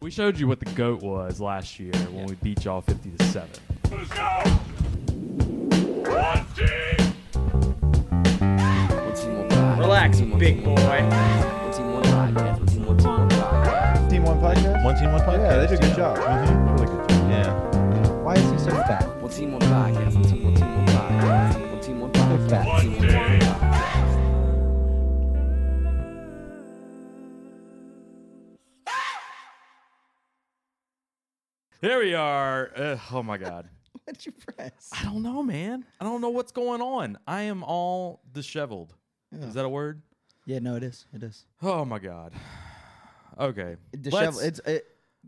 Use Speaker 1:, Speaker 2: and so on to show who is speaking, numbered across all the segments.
Speaker 1: We showed you what the goat was last year when we beat y'all fifty to seven.
Speaker 2: Let's go! One team!
Speaker 3: One team, one pod.
Speaker 4: Relax,
Speaker 3: One team, one
Speaker 4: big
Speaker 3: team, one
Speaker 4: boy.
Speaker 3: pod. One team, one podcast. One team, one team, one pod.
Speaker 5: Team One podcast.
Speaker 6: One team, one podcast.
Speaker 5: Yeah, they do a good job.
Speaker 6: Mhm, Really good job. Yeah.
Speaker 5: Why is he so fat?
Speaker 3: One team, one podcast. One team, one team, one pod. One team, one podcast.
Speaker 5: Back.
Speaker 3: One team, one team, one pod.
Speaker 1: There we are. Ugh, oh my god.
Speaker 5: What'd you press?
Speaker 1: I don't know, man. I don't know what's going on. I am all disheveled. Is that a word?
Speaker 5: Yeah, no, it is. It is.
Speaker 1: Oh my god. Okay.
Speaker 5: Dishevel-
Speaker 1: Let's-
Speaker 5: it's a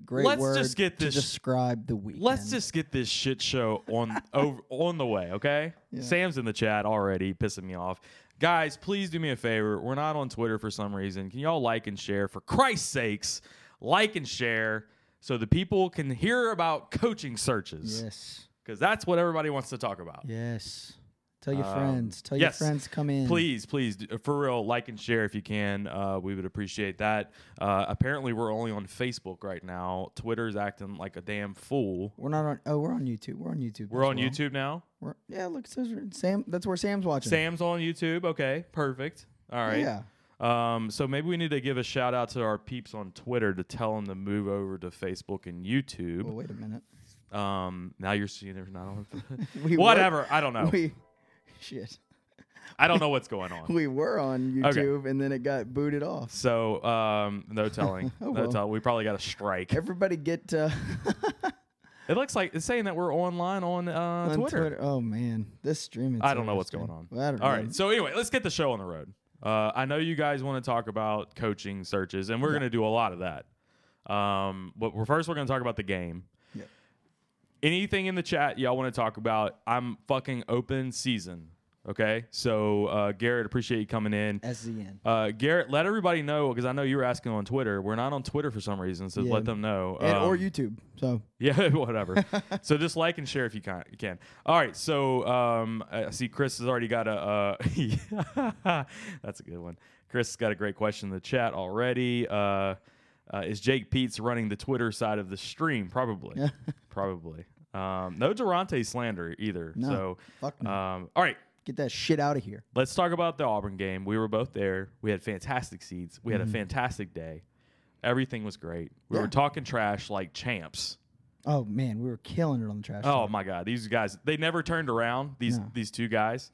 Speaker 5: great
Speaker 1: let's
Speaker 5: word
Speaker 1: just get this-
Speaker 5: to describe the weekend.
Speaker 1: Let's just get this shit show on over, on the way, okay? Sam's in the chat already, pissing me off. Guys, please do me a favor. We're not on Twitter for some reason. Can y'all like and share? For Christ's sakes, like and share so the people can hear about coaching searches
Speaker 5: Yes.
Speaker 1: because that's what everybody wants to talk about.
Speaker 5: Yes. Tell your
Speaker 1: Um,
Speaker 5: friends. Tell
Speaker 1: yes.
Speaker 5: your friends come in.
Speaker 1: Please, please, d- uh, for real, like and share if you can. Uh, we would appreciate that. Uh, apparently, we're only on Facebook right now. Twitter's acting like a damn fool.
Speaker 5: We're not on. Oh, we're on YouTube. We're on YouTube.
Speaker 1: We're
Speaker 5: as
Speaker 1: on
Speaker 5: well.
Speaker 1: YouTube now.
Speaker 5: We're, yeah, look, it says we're- Sam. That's where Sam's watching.
Speaker 1: Sam's on YouTube. Okay, perfect. All right.
Speaker 5: Yeah.
Speaker 1: Um, so maybe we need to give a shout out to our peeps on Twitter to tell them to move over to Facebook and
Speaker 5: Well,
Speaker 1: YouTube.
Speaker 5: wait a minute.
Speaker 1: Um, now you're seeing they're not on.
Speaker 5: We were-
Speaker 1: Whatever. I don't know.
Speaker 5: We shit.
Speaker 1: I don't know what's going on.
Speaker 5: We were on
Speaker 1: Okay.
Speaker 5: YouTube and then it got booted off.
Speaker 1: So um, no telling.
Speaker 5: Oh,
Speaker 1: no
Speaker 5: well.
Speaker 1: tell. We probably got a strike.
Speaker 5: Everybody get uh,
Speaker 1: It looks like it's saying that we're online on, uh,
Speaker 5: on
Speaker 1: Twitter.
Speaker 5: Oh man, this streaming.
Speaker 1: I don't know what's going on.
Speaker 5: I don't
Speaker 1: All
Speaker 5: know.
Speaker 1: right. So anyway, let's get the show on the road. Uh, I know you guys want to talk about coaching searches, and we're going to do a lot of that. Um, but we're, first, we're going to talk about the game.
Speaker 5: Yep.
Speaker 1: Anything in the chat y'all want to talk about? I'm fucking open season. Okay. So uh, Garrett, appreciate you coming in.
Speaker 5: SZN.
Speaker 1: Uh, Garrett, let everybody know because I know you were asking on Twitter. We're not on Twitter for some reason, so
Speaker 5: Yeah.
Speaker 1: let them know.
Speaker 5: and, or
Speaker 1: Um,
Speaker 5: YouTube. So
Speaker 1: yeah, whatever. so just like and share if you can. can. All right. So um, I see Chris has already got a. Uh, that's a good one. Chris has got a great question in the chat already. Uh, uh, is Jake Pete's running the Twitter side of the stream? Probably. Probably. Um, no Durante slander either.
Speaker 5: No,
Speaker 1: so,
Speaker 5: fuck no.
Speaker 1: um, all right.
Speaker 5: get that shit out of here.
Speaker 1: Let's talk about the Auburn game. We were both there. We had fantastic seats. We had a fantastic day. Everything was great. We were
Speaker 5: Mm-hmm. Yeah.
Speaker 1: talking trash like champs.
Speaker 5: Oh man, we were killing it on the trash.
Speaker 1: Oh
Speaker 5: talk.
Speaker 1: my God, these guys! They never turned around. These
Speaker 5: No.
Speaker 1: these two guys.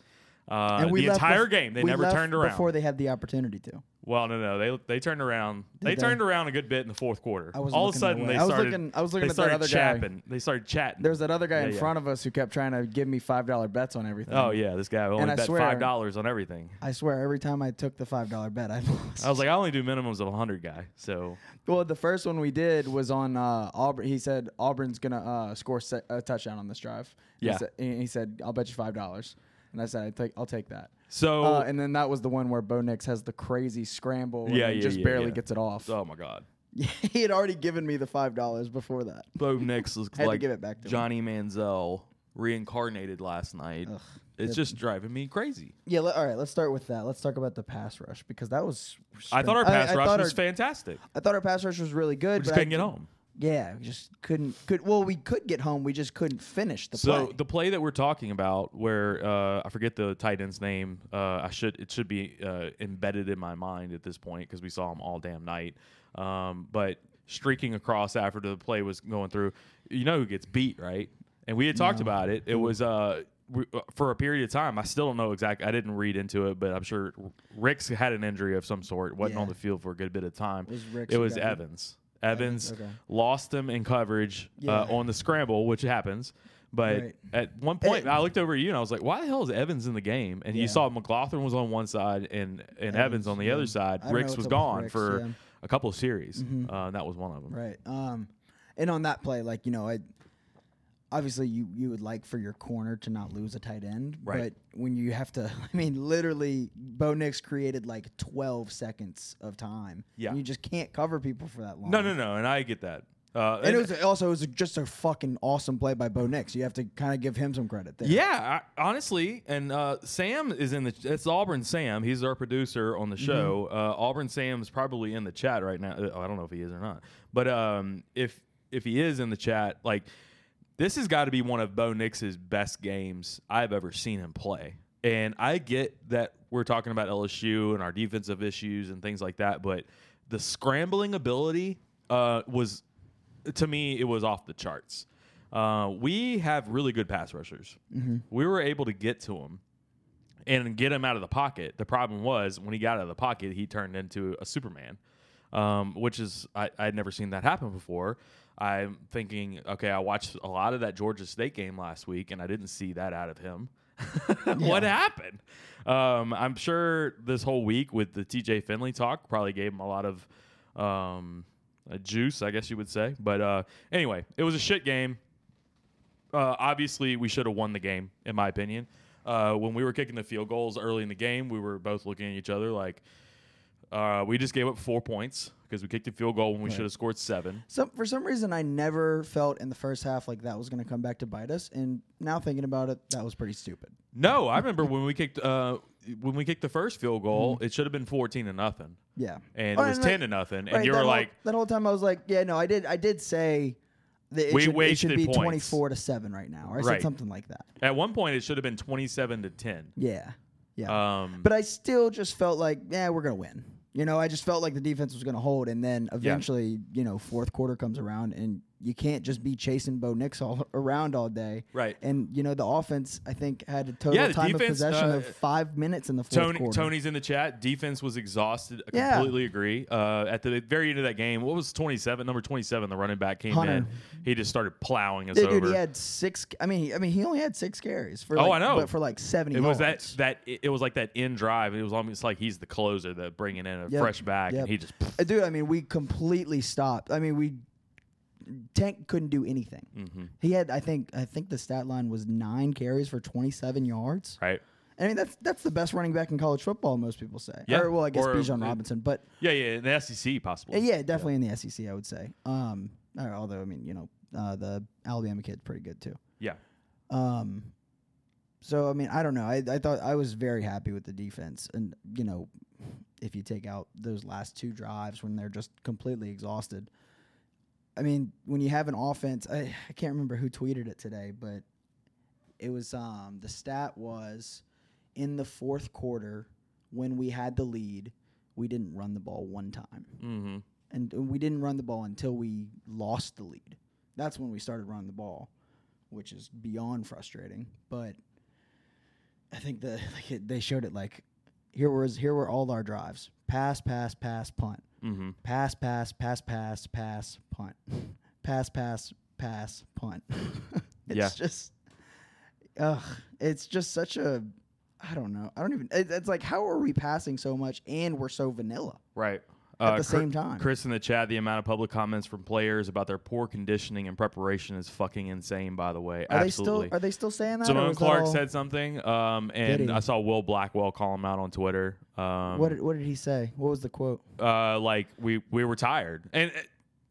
Speaker 1: Uh,
Speaker 5: and we
Speaker 1: the
Speaker 5: left
Speaker 1: entire
Speaker 5: bef-
Speaker 1: game, they
Speaker 5: we
Speaker 1: never
Speaker 5: left
Speaker 1: turned around.
Speaker 5: before they had the opportunity to.
Speaker 1: well, no, no, they they turned around.
Speaker 5: Did
Speaker 1: they,
Speaker 5: they?
Speaker 1: turned around a good bit in the fourth quarter.
Speaker 5: I wasn't
Speaker 1: All of a
Speaker 5: looking
Speaker 1: sudden,
Speaker 5: that way.
Speaker 1: they
Speaker 5: I was
Speaker 1: started.
Speaker 5: looking- I was looking
Speaker 1: they
Speaker 5: at that
Speaker 1: started
Speaker 5: other guy.
Speaker 1: chapping. They started chatting.
Speaker 5: There was that other guy
Speaker 1: Yeah,
Speaker 5: in
Speaker 1: yeah.
Speaker 5: front of us who kept trying to give me five dollar bets on everything.
Speaker 1: Oh yeah, this guy only
Speaker 5: And I
Speaker 1: bet
Speaker 5: swear-
Speaker 1: five dollars on everything.
Speaker 5: I swear, every time I took the five dollar bet, I lost.
Speaker 1: I was like, I only do minimums of hundred, guy. So
Speaker 5: well, the first one we did was on uh, Auburn. He said Auburn's gonna uh, score se- a touchdown on this drive. He
Speaker 1: Yeah.
Speaker 5: sa- and he said, "I'll bet you five dollars," and I said, I take, "I'll take that."
Speaker 1: so
Speaker 5: Uh, and then that was the one where Bo Nix has the crazy scramble.
Speaker 1: Yeah,
Speaker 5: and
Speaker 1: yeah,
Speaker 5: just
Speaker 1: yeah,
Speaker 5: barely
Speaker 1: yeah.
Speaker 5: gets it off.
Speaker 1: oh my god,
Speaker 5: he had already given me the five dollars before that.
Speaker 1: Bo Nix looks
Speaker 5: Had to
Speaker 1: like
Speaker 5: give it back to him.
Speaker 1: Johnny Manziel reincarnated last night.
Speaker 5: Ugh.
Speaker 1: it's
Speaker 5: That-
Speaker 1: just driving me crazy.
Speaker 5: Yeah. le- all right. Let's start with that. Let's talk about the pass rush because that was.
Speaker 1: I thought our
Speaker 5: I-
Speaker 1: pass
Speaker 5: I
Speaker 1: rush
Speaker 5: thought
Speaker 1: was
Speaker 5: our-
Speaker 1: fantastic.
Speaker 5: I thought our pass rush was really good.
Speaker 1: We just
Speaker 5: but
Speaker 1: couldn't
Speaker 5: I-
Speaker 1: get home.
Speaker 5: Yeah, we just couldn't. Could well, we could get home. We just couldn't finish the
Speaker 1: So
Speaker 5: play.
Speaker 1: the play that we're talking about, where uh, I forget the tight end's name, uh, I should it should be uh, embedded in my mind at this point because we saw him all damn night. Um, but streaking across after the play was going through, you know who gets beat, right? And we had talked about it. It
Speaker 5: Mm-hmm.
Speaker 1: was uh, we, uh, for a period of time. I still don't know exactly. I didn't read into it, but I'm sure Rick's had an injury of some sort. wasn't
Speaker 5: Yeah.
Speaker 1: on the field for a good bit of time.
Speaker 5: Was Ricks
Speaker 1: it
Speaker 5: who
Speaker 1: was
Speaker 5: got beat?
Speaker 1: Evans. Evans
Speaker 5: okay.
Speaker 1: lost him in coverage uh,
Speaker 5: Yeah.
Speaker 1: on the scramble, which happens. But
Speaker 5: Right.
Speaker 1: at one point,
Speaker 5: It-
Speaker 1: I looked over at you and I was like, "Why the hell is Evans in the game?" And you
Speaker 5: Yeah.
Speaker 1: saw McLaughlin was on one side and and Evans,
Speaker 5: Evans,
Speaker 1: on the
Speaker 5: yeah.
Speaker 1: other side.
Speaker 5: I don't know
Speaker 1: Ricks
Speaker 5: what's
Speaker 1: was
Speaker 5: up with
Speaker 1: gone
Speaker 5: Ricks,
Speaker 1: for
Speaker 5: yeah. Mm-hmm.
Speaker 1: a couple of series. Uh, and that was one of them.
Speaker 5: right. Um, and on that play, like you know, I obviously you you would like for your corner to not lose a tight end,
Speaker 1: Right.
Speaker 5: But when you have to, I mean, literally, Bo Nix created like twelve seconds of time.
Speaker 1: Yeah.
Speaker 5: and you just can't cover people for that long.
Speaker 1: No, no, no. And I get that. Uh,
Speaker 5: And it was also it was just a fucking awesome play by Bo Nix. You have to kind of give him some credit there.
Speaker 1: Yeah, I, honestly, and uh, Sam is in the. It's Auburn Sam. He's our producer on the show. Uh, Auburn Sam is probably in the chat right now. Uh, I don't know if he is or not, but um, if if he is in the chat, like this has got to be one of Bo Nix's best games I've ever seen him play. And I get that we're talking about LSU and our defensive issues and things like that, but the scrambling ability uh, was to me, it was off the charts. Uh, we have really good pass rushers. We were able to get to him and get him out of the pocket. The problem was when he got out of the pocket, he turned into a Superman, um, which is I, I'd never seen that happen before. I'm thinking, okay, I watched a lot of that Georgia State game last week, and I didn't see that out of him. What happened? Um, I'm sure this whole week with the TJ Finley talk probably gave him a lot of um, uh, juice, I guess you would say. But uh, anyway, it was a shit game uh, obviously we should have won the game, in my opinion. Uh, when we were kicking the field goals early in the game, we were both looking at each other like, uh, we just gave up four points because we kicked a field goal when we should have scored seven.
Speaker 5: Some for some reason I never felt in the first half like that was going to come back to bite us, and now thinking about it, that was pretty stupid.
Speaker 1: No, I remember when we kicked uh, when we kicked the first field
Speaker 5: Mm-hmm.
Speaker 1: goal, it should have been fourteen to nothing,
Speaker 5: Yeah,
Speaker 1: and
Speaker 5: Oh,
Speaker 1: it was
Speaker 5: that-
Speaker 1: ten to nothing,
Speaker 5: right,
Speaker 1: and you
Speaker 5: that
Speaker 1: were
Speaker 5: whole-
Speaker 1: like,
Speaker 5: that whole time I was like, yeah, no, I did, I did say that it,
Speaker 1: We
Speaker 5: should, it should
Speaker 1: wasted
Speaker 5: be
Speaker 1: points.
Speaker 5: twenty four to seven right now, or I
Speaker 1: Right.
Speaker 5: said something like that.
Speaker 1: at one point it should have been twenty-seven to ten.
Speaker 5: Yeah, yeah.
Speaker 1: Um,
Speaker 5: but I still just felt like, yeah, we're gonna win. You know, I just felt like the defense was gonna hold, and then eventually, you know, fourth quarter comes around, and you can't just be chasing Bo Nix all around all day.
Speaker 1: Right.
Speaker 5: And you know, the offense I think had a total
Speaker 1: Yeah, the
Speaker 5: time
Speaker 1: defense,
Speaker 5: of possession
Speaker 1: uh,
Speaker 5: of five minutes in the fourth
Speaker 1: Tony,
Speaker 5: quarter.
Speaker 1: Tony's in the chat. Defense was exhausted. I
Speaker 5: Yeah.
Speaker 1: completely agree. Uh, at the very end of that game, what was 27? Number 27, the running back came in.
Speaker 5: Hunter.
Speaker 1: He just started plowing us
Speaker 5: Dude,
Speaker 1: over.
Speaker 5: dude, he had six. I mean, he- I mean, he only had six carries for.
Speaker 1: Oh,
Speaker 5: like-
Speaker 1: I know.
Speaker 5: But for like seventy.
Speaker 1: it was that
Speaker 5: yards.
Speaker 1: that it it was like that end drive. It was almost like he's the closer, the bringing in a
Speaker 5: Yep.
Speaker 1: fresh back,
Speaker 5: Yep.
Speaker 1: and he just
Speaker 5: Uh, dude. I mean, we completely stopped. I mean, we Tank couldn't do anything.
Speaker 1: Mm-hmm.
Speaker 5: He had, I think, I think the stat line was nine carries for twenty-seven yards.
Speaker 1: right.
Speaker 5: I mean, that's that's the best running back in college football. Most people say.
Speaker 1: Yeah.
Speaker 5: Or, well, I guess
Speaker 1: Or-
Speaker 5: Bijan Robinson, but
Speaker 1: Yeah, yeah, in the SEC possibly.
Speaker 5: uh, yeah, definitely in the SEC, I would say. Um, or although I mean, you know, uh, the Alabama kid's pretty good too.
Speaker 1: yeah.
Speaker 5: Um, so I mean, I don't know. I, I thought I was very happy with the defense, and you know, if you take out those last two drives when they're just completely exhausted, I mean, when you have an offense, I, I can't remember who tweeted it today, but it was um the stat was in the fourth quarter when we had the lead, we didn't run the ball one time
Speaker 1: Mm-hmm.
Speaker 5: and we didn't run the ball until we lost the lead. That's when we started running the ball, which is beyond frustrating. But I think the like it, they showed it like here was here were all our drives: pass, pass, pass, punt,
Speaker 1: Mhm.
Speaker 5: pass, pass, pass, pass, pass, punt, pass, pass, pass, punt. it's
Speaker 1: Yeah.
Speaker 5: just, ugh, it's just such a. I don't know. I don't even. It, it's like, how are we passing so much and we're so vanilla?
Speaker 1: Right. Uh,
Speaker 5: At the same time.
Speaker 1: Chris in the chat, the amount of public comments from players about their poor conditioning and preparation is fucking insane. by the way.
Speaker 5: Are
Speaker 1: Absolutely.
Speaker 5: they still are they still saying that? or
Speaker 1: Simone
Speaker 5: was that
Speaker 1: Clark
Speaker 5: all-
Speaker 1: said something, um, and
Speaker 5: he?
Speaker 1: I saw Will Blackwell call him out on Twitter. Um,
Speaker 5: What did, what did he say? What was the quote?
Speaker 1: uh, like we we were tired, and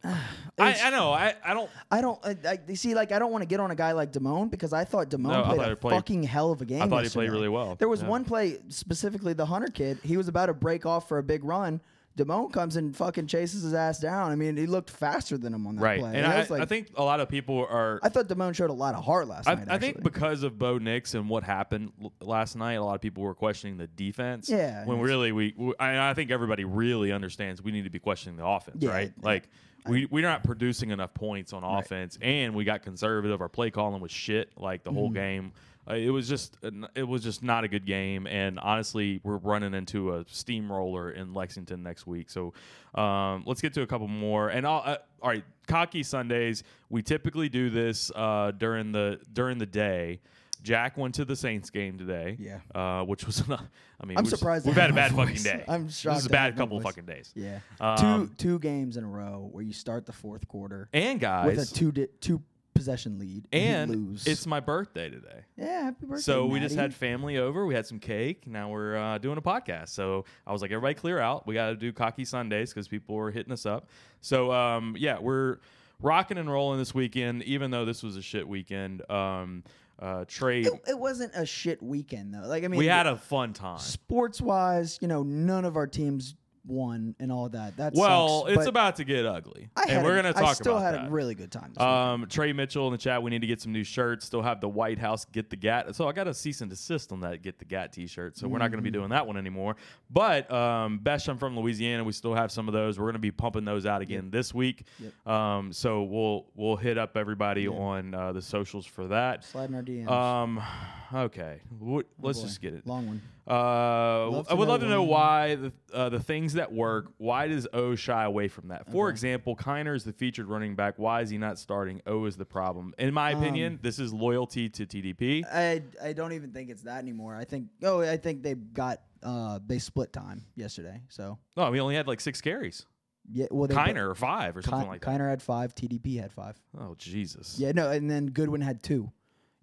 Speaker 1: uh, I, I know I, I don't
Speaker 5: I don't. I, I, you see, like I don't want to get on a guy like Damone because I thought Damone
Speaker 1: No, I
Speaker 5: played
Speaker 1: thought he
Speaker 5: a
Speaker 1: played-
Speaker 5: fucking hell of a game.
Speaker 1: I thought he played
Speaker 5: yesterday.
Speaker 1: really well.
Speaker 5: There was
Speaker 1: Yeah.
Speaker 5: one play specifically the Hunter kid. He was about to break off for a big run. Damone comes and fucking chases his ass down. I mean, he looked faster than him on that
Speaker 1: right,
Speaker 5: play.
Speaker 1: and
Speaker 5: I,
Speaker 1: I,
Speaker 5: was like,
Speaker 1: I think a lot of people are.
Speaker 5: I thought Damone showed a lot of heart last
Speaker 1: I,
Speaker 5: night.
Speaker 1: I think
Speaker 5: actually.
Speaker 1: because of Bo Nix and what happened l- last night, a lot of people were questioning the defense.
Speaker 5: Yeah,
Speaker 1: when
Speaker 5: yes.
Speaker 1: really we, we I, I think everybody really understands we need to be questioning the offense,
Speaker 5: Yeah,
Speaker 1: right?
Speaker 5: yeah.
Speaker 1: Like we we're not producing enough points on offense, and we got conservative. Our play calling was shit, like the
Speaker 5: Mm-hmm.
Speaker 1: whole game. Uh, it was just it was just not a good game, and honestly, we're running into a steamroller in Lexington next week. So um, let's get to a couple more. And I'll, uh, all right, cocky Sundays. We typically do this uh, during the during the day. Jack went to the Saints game today.
Speaker 5: Yeah.
Speaker 1: uh, which was I mean,
Speaker 5: I'm
Speaker 1: we just-
Speaker 5: surprised I
Speaker 1: we've had a
Speaker 5: have
Speaker 1: bad
Speaker 5: my
Speaker 1: fucking
Speaker 5: voice.
Speaker 1: day.
Speaker 5: I'm
Speaker 1: This is
Speaker 5: shocked
Speaker 1: a
Speaker 5: I
Speaker 1: bad
Speaker 5: have my
Speaker 1: couple
Speaker 5: voice.
Speaker 1: fucking days.
Speaker 5: yeah,
Speaker 1: Um,
Speaker 5: two two games in a row where you start the fourth quarter
Speaker 1: And guys,
Speaker 5: with a two di- two possession lead
Speaker 1: and
Speaker 5: you lose.
Speaker 1: it's my birthday today.
Speaker 5: yeah, happy birthday.
Speaker 1: So we just
Speaker 5: Maddie.
Speaker 1: had family over. We had some cake. Now we're uh, doing a podcast. So I was like, everybody clear out. We got to do cocky Sundays because people were hitting us up. So um, yeah, we're rocking and rolling this weekend, even though this was a shit weekend. Um, uh, Trey,
Speaker 5: It, it wasn't a shit weekend though. Like I mean,
Speaker 1: we had a fun time.
Speaker 5: sports wise, you know, none of our teams won and all that. That
Speaker 1: Well,
Speaker 5: sucks,
Speaker 1: it's
Speaker 5: but
Speaker 1: about to get ugly,
Speaker 5: I had
Speaker 1: and we're
Speaker 5: a-
Speaker 1: gonna talk
Speaker 5: I still
Speaker 1: about
Speaker 5: had
Speaker 1: that.
Speaker 5: a really good time. This weekend.
Speaker 1: Um, Trey Mitchell in the chat. We need to get some new shirts. Still have the White House get the Gat. So I got a cease and desist on that get the Gat T-shirt. So we're not going
Speaker 5: Mm.
Speaker 1: to be doing that one anymore. But um, Besh, I'm from Louisiana. We still have some of those. We're going to be pumping those out again this week. Um, so we'll we'll hit up everybody on uh, the socials for that.
Speaker 5: Slide in our DMs.
Speaker 1: Um, okay, What let's
Speaker 5: Boy,
Speaker 1: just get it.
Speaker 5: Long one.
Speaker 1: Uh,
Speaker 5: Love
Speaker 1: I
Speaker 5: to
Speaker 1: would
Speaker 5: know
Speaker 1: love to
Speaker 5: why.
Speaker 1: know why the uh, the things that work. Why does O shy away from that?
Speaker 5: Uh-huh.
Speaker 1: For example, Kiner is the featured running back. Why is he not starting? O is the problem. In my opinion,
Speaker 5: Um,
Speaker 1: this is loyalty to TDP.
Speaker 5: I I don't even think it's that anymore. I think oh I think they got uh they split time yesterday. So
Speaker 1: No, we only had like six carries.
Speaker 5: yeah, well they
Speaker 1: Kiner or five or
Speaker 5: Ki-
Speaker 1: something like that.
Speaker 5: Kiner had five. TDP had five.
Speaker 1: Oh Jesus.
Speaker 5: Yeah, no, and then Goodwin had two.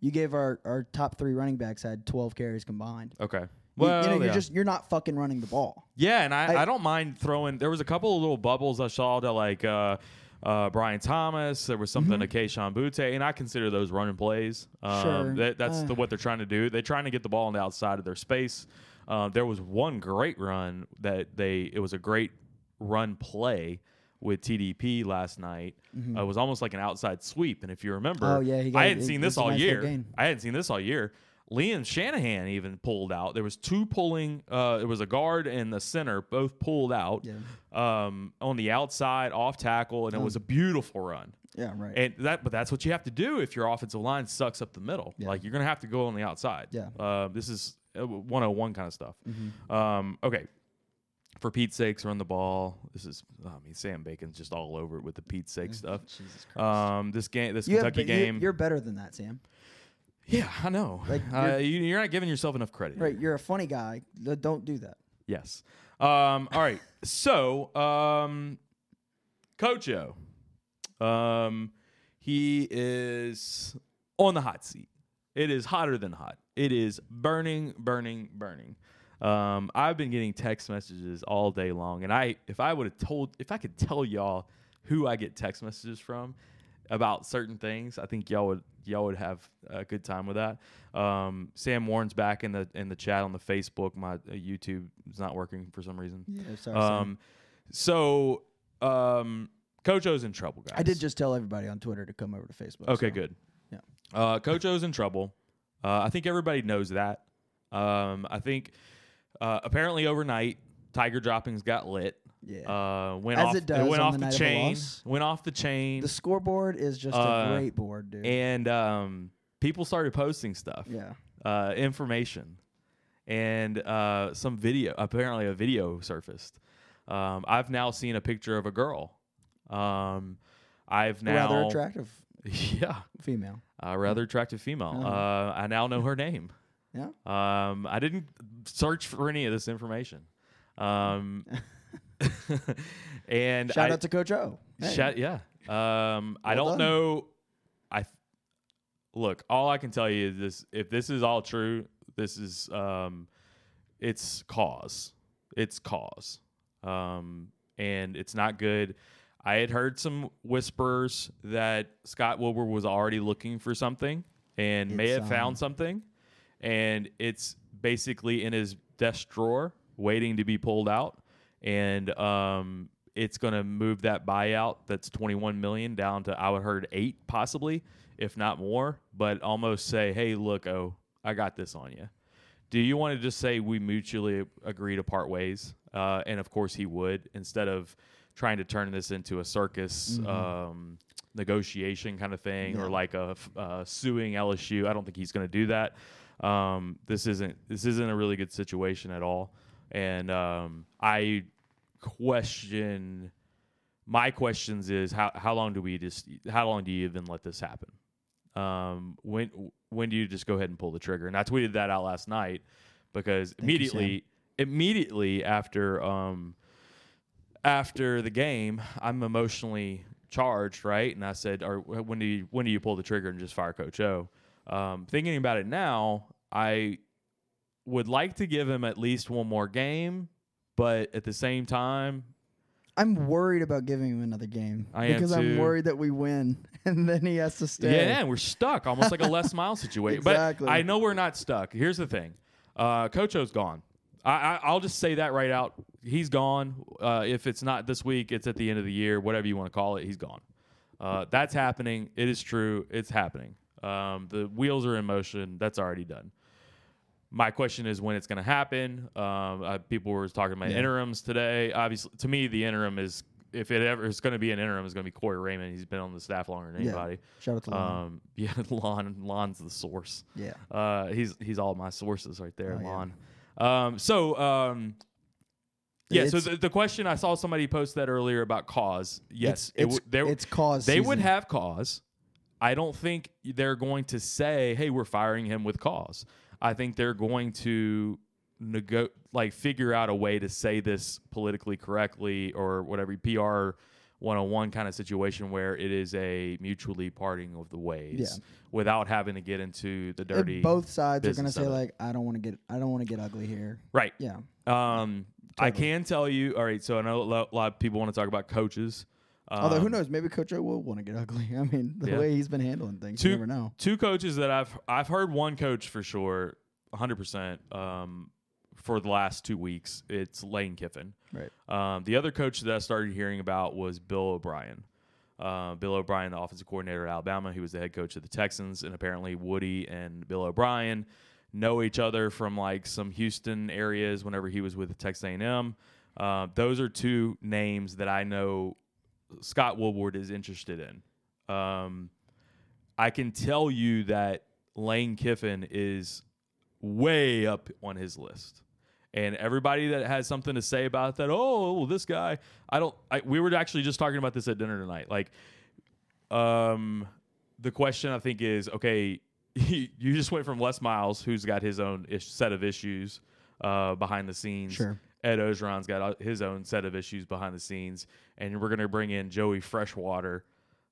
Speaker 5: You gave our, our top three running backs had twelve carries combined.
Speaker 1: Okay.
Speaker 5: You-
Speaker 1: Well,
Speaker 5: you, know,
Speaker 1: yeah.
Speaker 5: you're just you're not fucking running the ball.
Speaker 1: Yeah, and I, I,
Speaker 5: I-
Speaker 1: don't mind throwing. There was a couple of little bubbles I saw to like uh, uh, Brian Thomas. There was something to Keishawn Butte, and I consider those running plays. Um,
Speaker 5: Mm-hmm. Sure.
Speaker 1: that, that's
Speaker 5: Uh.
Speaker 1: the, what they're trying to do. They're trying to get the ball on the outside of their space. Uh, there was one great run that they. It was a great run play with TDP last night. Uh, it was almost like an outside sweep, and if you remember,
Speaker 5: Mm-hmm. Oh, yeah, he got-
Speaker 1: I hadn't
Speaker 5: it-
Speaker 1: seen
Speaker 5: it
Speaker 1: this
Speaker 5: was a
Speaker 1: all
Speaker 5: nice little
Speaker 1: year.
Speaker 5: gain.
Speaker 1: I hadn't seen this all year. Liam Shanahan even pulled out. There was two pulling. Uh, it was a guard and the center both pulled out
Speaker 5: Yeah.
Speaker 1: um, on the outside, off tackle, and it was a beautiful run.
Speaker 5: Yeah, Um, right.
Speaker 1: And that, but that's what you have to do if your offensive line sucks up the middle. Like you're gonna have to go on the outside.
Speaker 5: Yeah. Mm-hmm.
Speaker 1: Uh, this is uh, 101 kind of stuff. Um, okay. For Pete's sakes, run the ball. This is, I mean, Sam Bacon's just all over it with the Pete's sake stuff.
Speaker 5: Jesus Christ.
Speaker 1: Um, this game, this Kentucky
Speaker 5: but
Speaker 1: game.
Speaker 5: You're, you're better than that, Sam.
Speaker 1: Yeah, I know.
Speaker 5: Like,
Speaker 1: uh,
Speaker 5: you're-
Speaker 1: you, you're not giving yourself enough credit.
Speaker 5: Right, you're a funny guy. L- Don't do that.
Speaker 1: Yes. Um, all right. So, um, Kojo, um, he is on the hot seat. It is hotter than hot. It is burning, burning, burning. Um, I've been getting text messages all day long, and I, if I would have told, if I could tell y'all who I get text messages from about certain things, I think y'all would y'all would have a good time with that. Um, Sam Warren's back in the in the chat on the Facebook. My uh, YouTube is not working for some reason.
Speaker 5: Yeah, sorry, Sam.
Speaker 1: Um, so um, Kojo's in trouble, guys.
Speaker 5: I did just tell everybody on Twitter to come over to Facebook.
Speaker 1: Okay,
Speaker 5: so-
Speaker 1: good.
Speaker 5: Yeah.
Speaker 1: Uh, Coach O's in trouble. Uh, I think everybody knows that. Um, I think uh, apparently overnight, Tiger droppings got lit.
Speaker 5: Yeah.
Speaker 1: Uh, went
Speaker 5: As
Speaker 1: off.
Speaker 5: it does
Speaker 1: went
Speaker 5: on
Speaker 1: off
Speaker 5: the
Speaker 1: the,
Speaker 5: night of a
Speaker 1: chain.
Speaker 5: loss.
Speaker 1: Went off the chain.
Speaker 5: The scoreboard is just
Speaker 1: Uh,
Speaker 5: a great board, dude.
Speaker 1: and um, people started posting stuff.
Speaker 5: yeah.
Speaker 1: Uh, information, and uh, some video. Apparently, a video surfaced. Um, I've now seen a picture of a girl. Um, I've now
Speaker 5: Rather attractive
Speaker 1: Yeah
Speaker 5: female.
Speaker 1: a rather attractive female. Uh, I now know her name.
Speaker 5: Uh-huh. Yeah.
Speaker 1: Um, I didn't search for any of this information. Um, and
Speaker 5: Shout
Speaker 1: I,
Speaker 5: out to Coach O. Hey.
Speaker 1: shout, yeah. Um, I
Speaker 5: Well
Speaker 1: don't
Speaker 5: done.
Speaker 1: know. I th- look. All I can tell you is this: if this is all true, this is um, it's cause. It's cause. Um, and it's not good. I had heard some whispers that Scott Wilbur was already looking for something and may
Speaker 5: It's,
Speaker 1: have found
Speaker 5: um,
Speaker 1: something, and it's basically in his desk drawer waiting to be pulled out, and um, it's going to move that buyout that's 21 million down to I would heard eight possibly, if not more, but almost say, hey, look, oh, I got this on you. Do you want to just say we mutually agree to part ways? Uh, and of course he would, instead of trying to turn this into a circus um, negotiation kind of thing or like a f- uh, suing LSU. I don't think he's going to do that. Um, this isn't this isn't a really good situation at all. And um, I question my questions is how how long do we just how long do you even let this happen? Um, when when do you just go ahead and pull the trigger? And I tweeted that out last night because immediately immediately after um after the game, I'm emotionally charged, right? And I said, "Or when do you when do you pull the trigger and just fire Coach O?" Um, thinking about it now, I would like to give him at least one more game, but at the same time,
Speaker 5: I'm worried about giving him another game
Speaker 1: I am
Speaker 5: because I'm
Speaker 1: too.
Speaker 5: worried that we win and then he has to stay.
Speaker 1: Yeah, and we're stuck, almost like a Les Miles situation.
Speaker 5: Exactly.
Speaker 1: But I know we're not stuck. Here's the thing, uh, Cocho's gone. I, I, I'll just say that right out. He's gone. Uh, if it's not this week, it's at the end of the year, whatever you want to call it. He's gone. Uh, that's happening. It is true. It's happening. Um, the wheels are in motion. That's already done. My question is when it's going to happen. Um, uh, people were talking about interims today. Obviously, to me, the interim is if it ever is going to be an interim, is going to be Corey Raymond. He's been on the staff longer than
Speaker 5: Yeah.
Speaker 1: anybody.
Speaker 5: Shout out to Lon.
Speaker 1: Um, yeah, Lon. Lon's the source.
Speaker 5: Yeah.
Speaker 1: Uh, he's he's all my sources right there,
Speaker 5: Oh, yeah.
Speaker 1: Lon. Um, so um, yeah. so
Speaker 5: It's-
Speaker 1: the, the question I saw somebody post that earlier about cause. Yes,
Speaker 5: it's, it's,
Speaker 1: w- there-
Speaker 5: it's cause
Speaker 1: they would
Speaker 5: season.
Speaker 1: have cause. I don't think they're going to say, "Hey, we're firing him with cause." I think they're going to nego- like figure out a way to say this politically correctly or whatever PR 101 kind of oh situation where it is a mutually parting of the ways
Speaker 5: Yeah.
Speaker 1: without having to get into the
Speaker 5: If
Speaker 1: dirty
Speaker 5: both sides are going to
Speaker 1: business
Speaker 5: say
Speaker 1: of it.
Speaker 5: like, I don't want to get, I don't want to get ugly here.
Speaker 1: right
Speaker 5: Yeah.
Speaker 1: um i can tell you all right so i know a lo- lot of people want to talk about coaches
Speaker 5: Although who
Speaker 1: Um,
Speaker 5: knows, maybe Coach O will want to get ugly. I mean, the
Speaker 1: Yeah.
Speaker 5: way he's been handling things,
Speaker 1: two
Speaker 5: you never know.
Speaker 1: two coaches that I've I've heard one coach for sure, 100 percent um, for the last two weeks. It's Lane Kiffin.
Speaker 5: Right.
Speaker 1: Um, the other coach that I started hearing about was Bill O'Brien. Uh, Bill O'Brien, the offensive coordinator at Alabama, he was the head coach of the Texans, and apparently Woody and Bill O'Brien know each other from like some Houston areas. Whenever he was with Texas A&M, uh, those are two names that I know Scott Woodward is interested in. Um, I can tell you that Lane Kiffin is way up on his list. And everybody that has something to say about that, oh, well, this guy, I don't. I, we were actually just talking about this at dinner tonight. Like, um, the question I think is, okay, you just went from Les Miles, who's got his own ish, set of issues uh, behind the scenes.
Speaker 5: Sure.
Speaker 1: Ed Ogeron's got uh, his own set of issues behind the scenes, and we're going to bring in Joey Freshwater,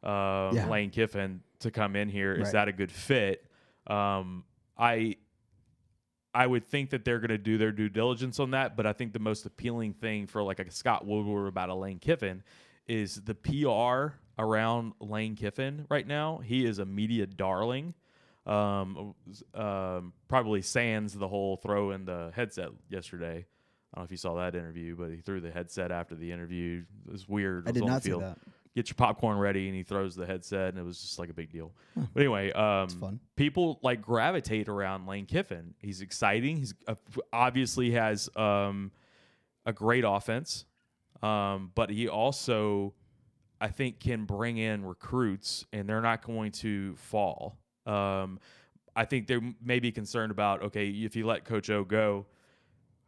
Speaker 1: uh,
Speaker 5: Yeah.
Speaker 1: Lane Kiffin to come in here. Is
Speaker 5: Right.
Speaker 1: that a good fit? Um, I I would think that they're going to do their due diligence on that, but I think the most appealing thing for like a Scott Woodward about a Lane Kiffin is the PR around Lane Kiffin right now. He is a media darling. Um, um, probably sans the whole throw in the headset yesterday. I don't know if you saw that interview, but he threw the headset after the interview. It was weird.
Speaker 5: I
Speaker 1: It was
Speaker 5: did
Speaker 1: on the
Speaker 5: not see
Speaker 1: field.
Speaker 5: that.
Speaker 1: Get your popcorn ready, and he throws the headset, and it was just like a big deal. But anyway, um,
Speaker 5: fun.
Speaker 1: people like gravitate around Lane Kiffin. He's exciting. He's uh, obviously has um, a great offense, um, but he also, I think, can bring in recruits, and they're not going to fall. Um, I think they may be concerned about okay, if you let Coach O go,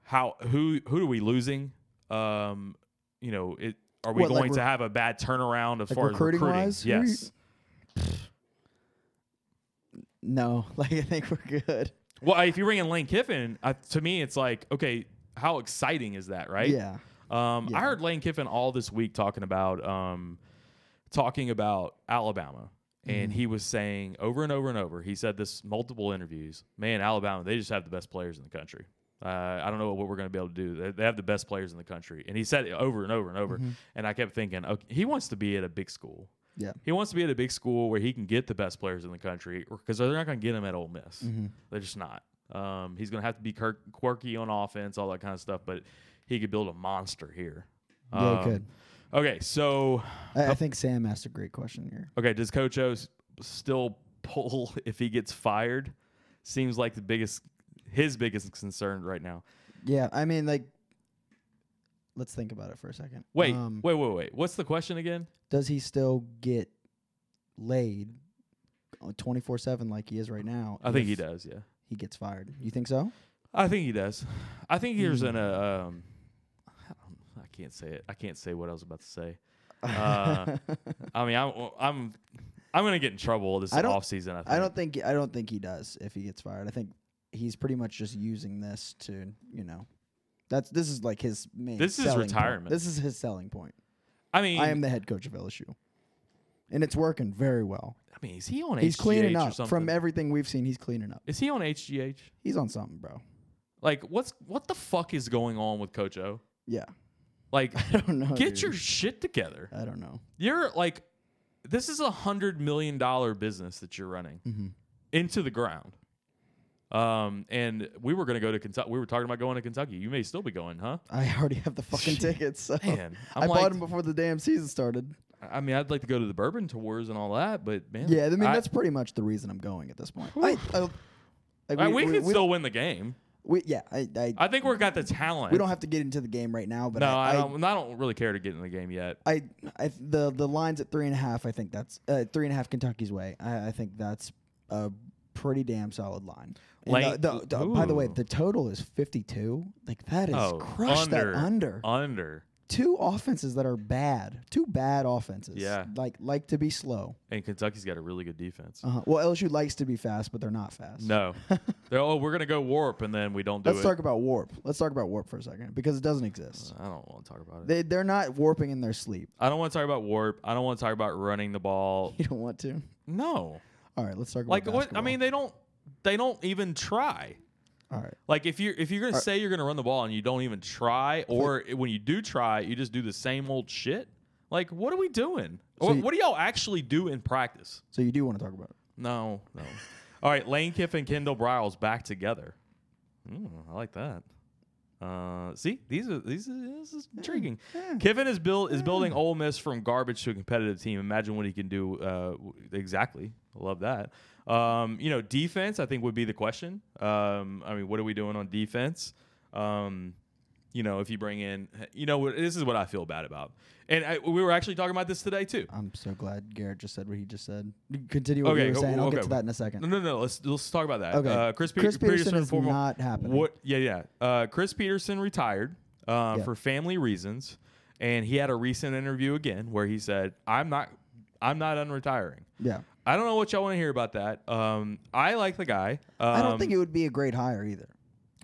Speaker 1: how who who are we losing? Um, you know, it are we
Speaker 5: What, like
Speaker 1: going to
Speaker 5: re-
Speaker 1: have a bad turnaround as
Speaker 5: like
Speaker 1: far as recruiting?
Speaker 5: recruiting-wise? Who are you-
Speaker 1: yes.
Speaker 5: No, like I think we're good.
Speaker 1: Well, if you bring in Lane Kiffin, uh, to me, it's like, okay, how exciting is that, right?
Speaker 5: Yeah.
Speaker 1: Um,
Speaker 5: Yeah.
Speaker 1: I heard Lane Kiffin all this week talking about um, talking about Alabama, and
Speaker 5: Mm-hmm.
Speaker 1: he was saying over and over and over. He said this multiple interviews. Man, Alabama, they just have the best players in the country. Uh, I don't know what we're going to be able to do. They, they have the best players in the country, and he said it over and over and
Speaker 5: Mm-hmm.
Speaker 1: over. And I kept thinking, okay, he wants to be at a big school.
Speaker 5: Yeah.
Speaker 1: He wants to be at a big school where he can get the best players in the country because they're not going to get him at Ole Miss.
Speaker 5: Mm-hmm.
Speaker 1: They're just not. Um, he's going to have to be quirk- quirky on offense, all that kind of stuff, but he could build a monster here.
Speaker 5: Yeah,
Speaker 1: Um,
Speaker 5: good.
Speaker 1: Okay, so
Speaker 5: I, I think Sam asked a great question here.
Speaker 1: okay, does Coach O s- still pull if he gets fired? Seems like the biggest his biggest concern right now.
Speaker 5: Yeah, I mean, like, let's think about it for a second.
Speaker 1: Wait,
Speaker 5: Um,
Speaker 1: wait, wait, wait. What's the question again?
Speaker 5: does he still get laid twenty four seven like he is right now?
Speaker 1: I think he
Speaker 5: if
Speaker 1: does. Yeah,
Speaker 5: He gets fired. You think so?
Speaker 1: I think he does. I think he's
Speaker 5: Hmm.
Speaker 1: in a. Um, I don't- I can't say it. I can't say what I was about to say. Uh, I mean, I'm, I'm, I'm gonna get in trouble this
Speaker 5: I don't-
Speaker 1: off season. I, think.
Speaker 5: I don't think I don't think he does if he gets fired. I think he's pretty much just using this to you know. That's this is like his main.
Speaker 1: This is
Speaker 5: selling point.
Speaker 1: retirement.
Speaker 5: This is his selling point.
Speaker 1: I mean,
Speaker 5: I am the head coach of LSU, and it's working very well.
Speaker 1: I mean, is he on
Speaker 5: He's
Speaker 1: HGH
Speaker 5: cleaning
Speaker 1: or
Speaker 5: up
Speaker 1: something?
Speaker 5: from everything we've seen. He's cleaning up.
Speaker 1: is he on HGH?
Speaker 5: He's on something, bro.
Speaker 1: Like, what's what the fuck is going on with Coach O?
Speaker 5: Yeah,
Speaker 1: Like,
Speaker 5: I don't know.
Speaker 1: get
Speaker 5: dude.
Speaker 1: your shit together.
Speaker 5: I don't know.
Speaker 1: You're like, this is a hundred million dollar business that you're running
Speaker 5: Mm-hmm.
Speaker 1: into the ground. Um, and we were gonna go to Kentucky. We were talking about going to Kentucky. You may still be going, huh?
Speaker 5: I already have the fucking
Speaker 1: Shit.
Speaker 5: tickets. So
Speaker 1: Man,
Speaker 5: I
Speaker 1: I'm
Speaker 5: bought
Speaker 1: like-
Speaker 5: them before the damn season started.
Speaker 1: I mean, I'd like to go to the bourbon tours and all that, but man,
Speaker 5: Yeah, I mean
Speaker 1: I-
Speaker 5: that's pretty much the reason I'm going at this point. I, I, like,
Speaker 1: I- we, could
Speaker 5: we,
Speaker 1: still win the game.
Speaker 5: we- yeah, I, I,
Speaker 1: I think we've got the talent.
Speaker 5: we don't have to get into the game right now, but
Speaker 1: No,
Speaker 5: I,
Speaker 1: I, don't. I don't really care to get in the game yet.
Speaker 5: I, I, the the lines at three and a half. I think that's uh, three and a half Kentucky's way. I, I think that's a pretty damn solid line. And
Speaker 1: Lane-
Speaker 5: the- the- the- by the way,
Speaker 1: ooh.
Speaker 5: the total is fifty two. Like that is
Speaker 1: oh,
Speaker 5: crushed
Speaker 1: under, Uh,
Speaker 5: that under.
Speaker 1: under,
Speaker 5: Two offenses that are bad. Two bad offenses.
Speaker 1: Yeah.
Speaker 5: like like to be slow.
Speaker 1: and Kentucky's got a really good defense.
Speaker 5: Uh-huh. Well, LSU likes to be fast, but they're not fast.
Speaker 1: No, they're oh, we're gonna go warp, and then we don't do
Speaker 5: Let's
Speaker 1: it.
Speaker 5: talk about warp. Let's talk about warp for a second because it doesn't exist.
Speaker 1: I don't want to talk about it.
Speaker 5: They they're not warping in their sleep.
Speaker 1: I don't want to talk about warp. I don't want to talk about running the ball.
Speaker 5: You don't want to.
Speaker 1: No,
Speaker 5: All right, let's talk about
Speaker 1: like what? I
Speaker 5: basketball.
Speaker 1: mean, they don't. They don't even try.
Speaker 5: All right.
Speaker 1: Like if you're if you're gonna say you're gonna run the ball and you don't even try, or i- when you do try, you just do the same old shit. Like what are we doing? what,
Speaker 5: you-
Speaker 1: what do y'all actually do in practice?
Speaker 5: So you do want to talk about it.
Speaker 1: No, no. All right, Lane Kiff and Kendall Briles back together. Mm, I like that. Uh, see, these are these are, this is intriguing. Kiffin is build is building Ole Miss from garbage to a competitive team. Imagine what he can do. Uh, w- exactly, I love that. Um, you know, defense I think would be the question. Um, I mean, what are we doing on defense? Um, you know, if you bring in, you know, what- this is what I feel bad about. And I, we were actually talking about this today too.
Speaker 5: I'm so glad Garrett just said what he just said. Continue what you were
Speaker 1: go-
Speaker 5: saying. I'll get
Speaker 1: okay.
Speaker 5: to that in a second.
Speaker 1: No, no, no. Let's let's talk about that.
Speaker 5: Okay.
Speaker 1: Uh, Chris, Pe-
Speaker 5: Chris Peterson is
Speaker 1: former-
Speaker 5: not happening.
Speaker 1: What? Yeah, yeah. Uh, Chris Peterson retired uh,
Speaker 5: Yeah.
Speaker 1: for family reasons, and he had a recent interview again where he said, "I'm not, I'm not unretiring."
Speaker 5: Yeah.
Speaker 1: I don't know what y'all want to hear about that. Um, I like the guy. Um,
Speaker 5: I don't think it would be a great hire either.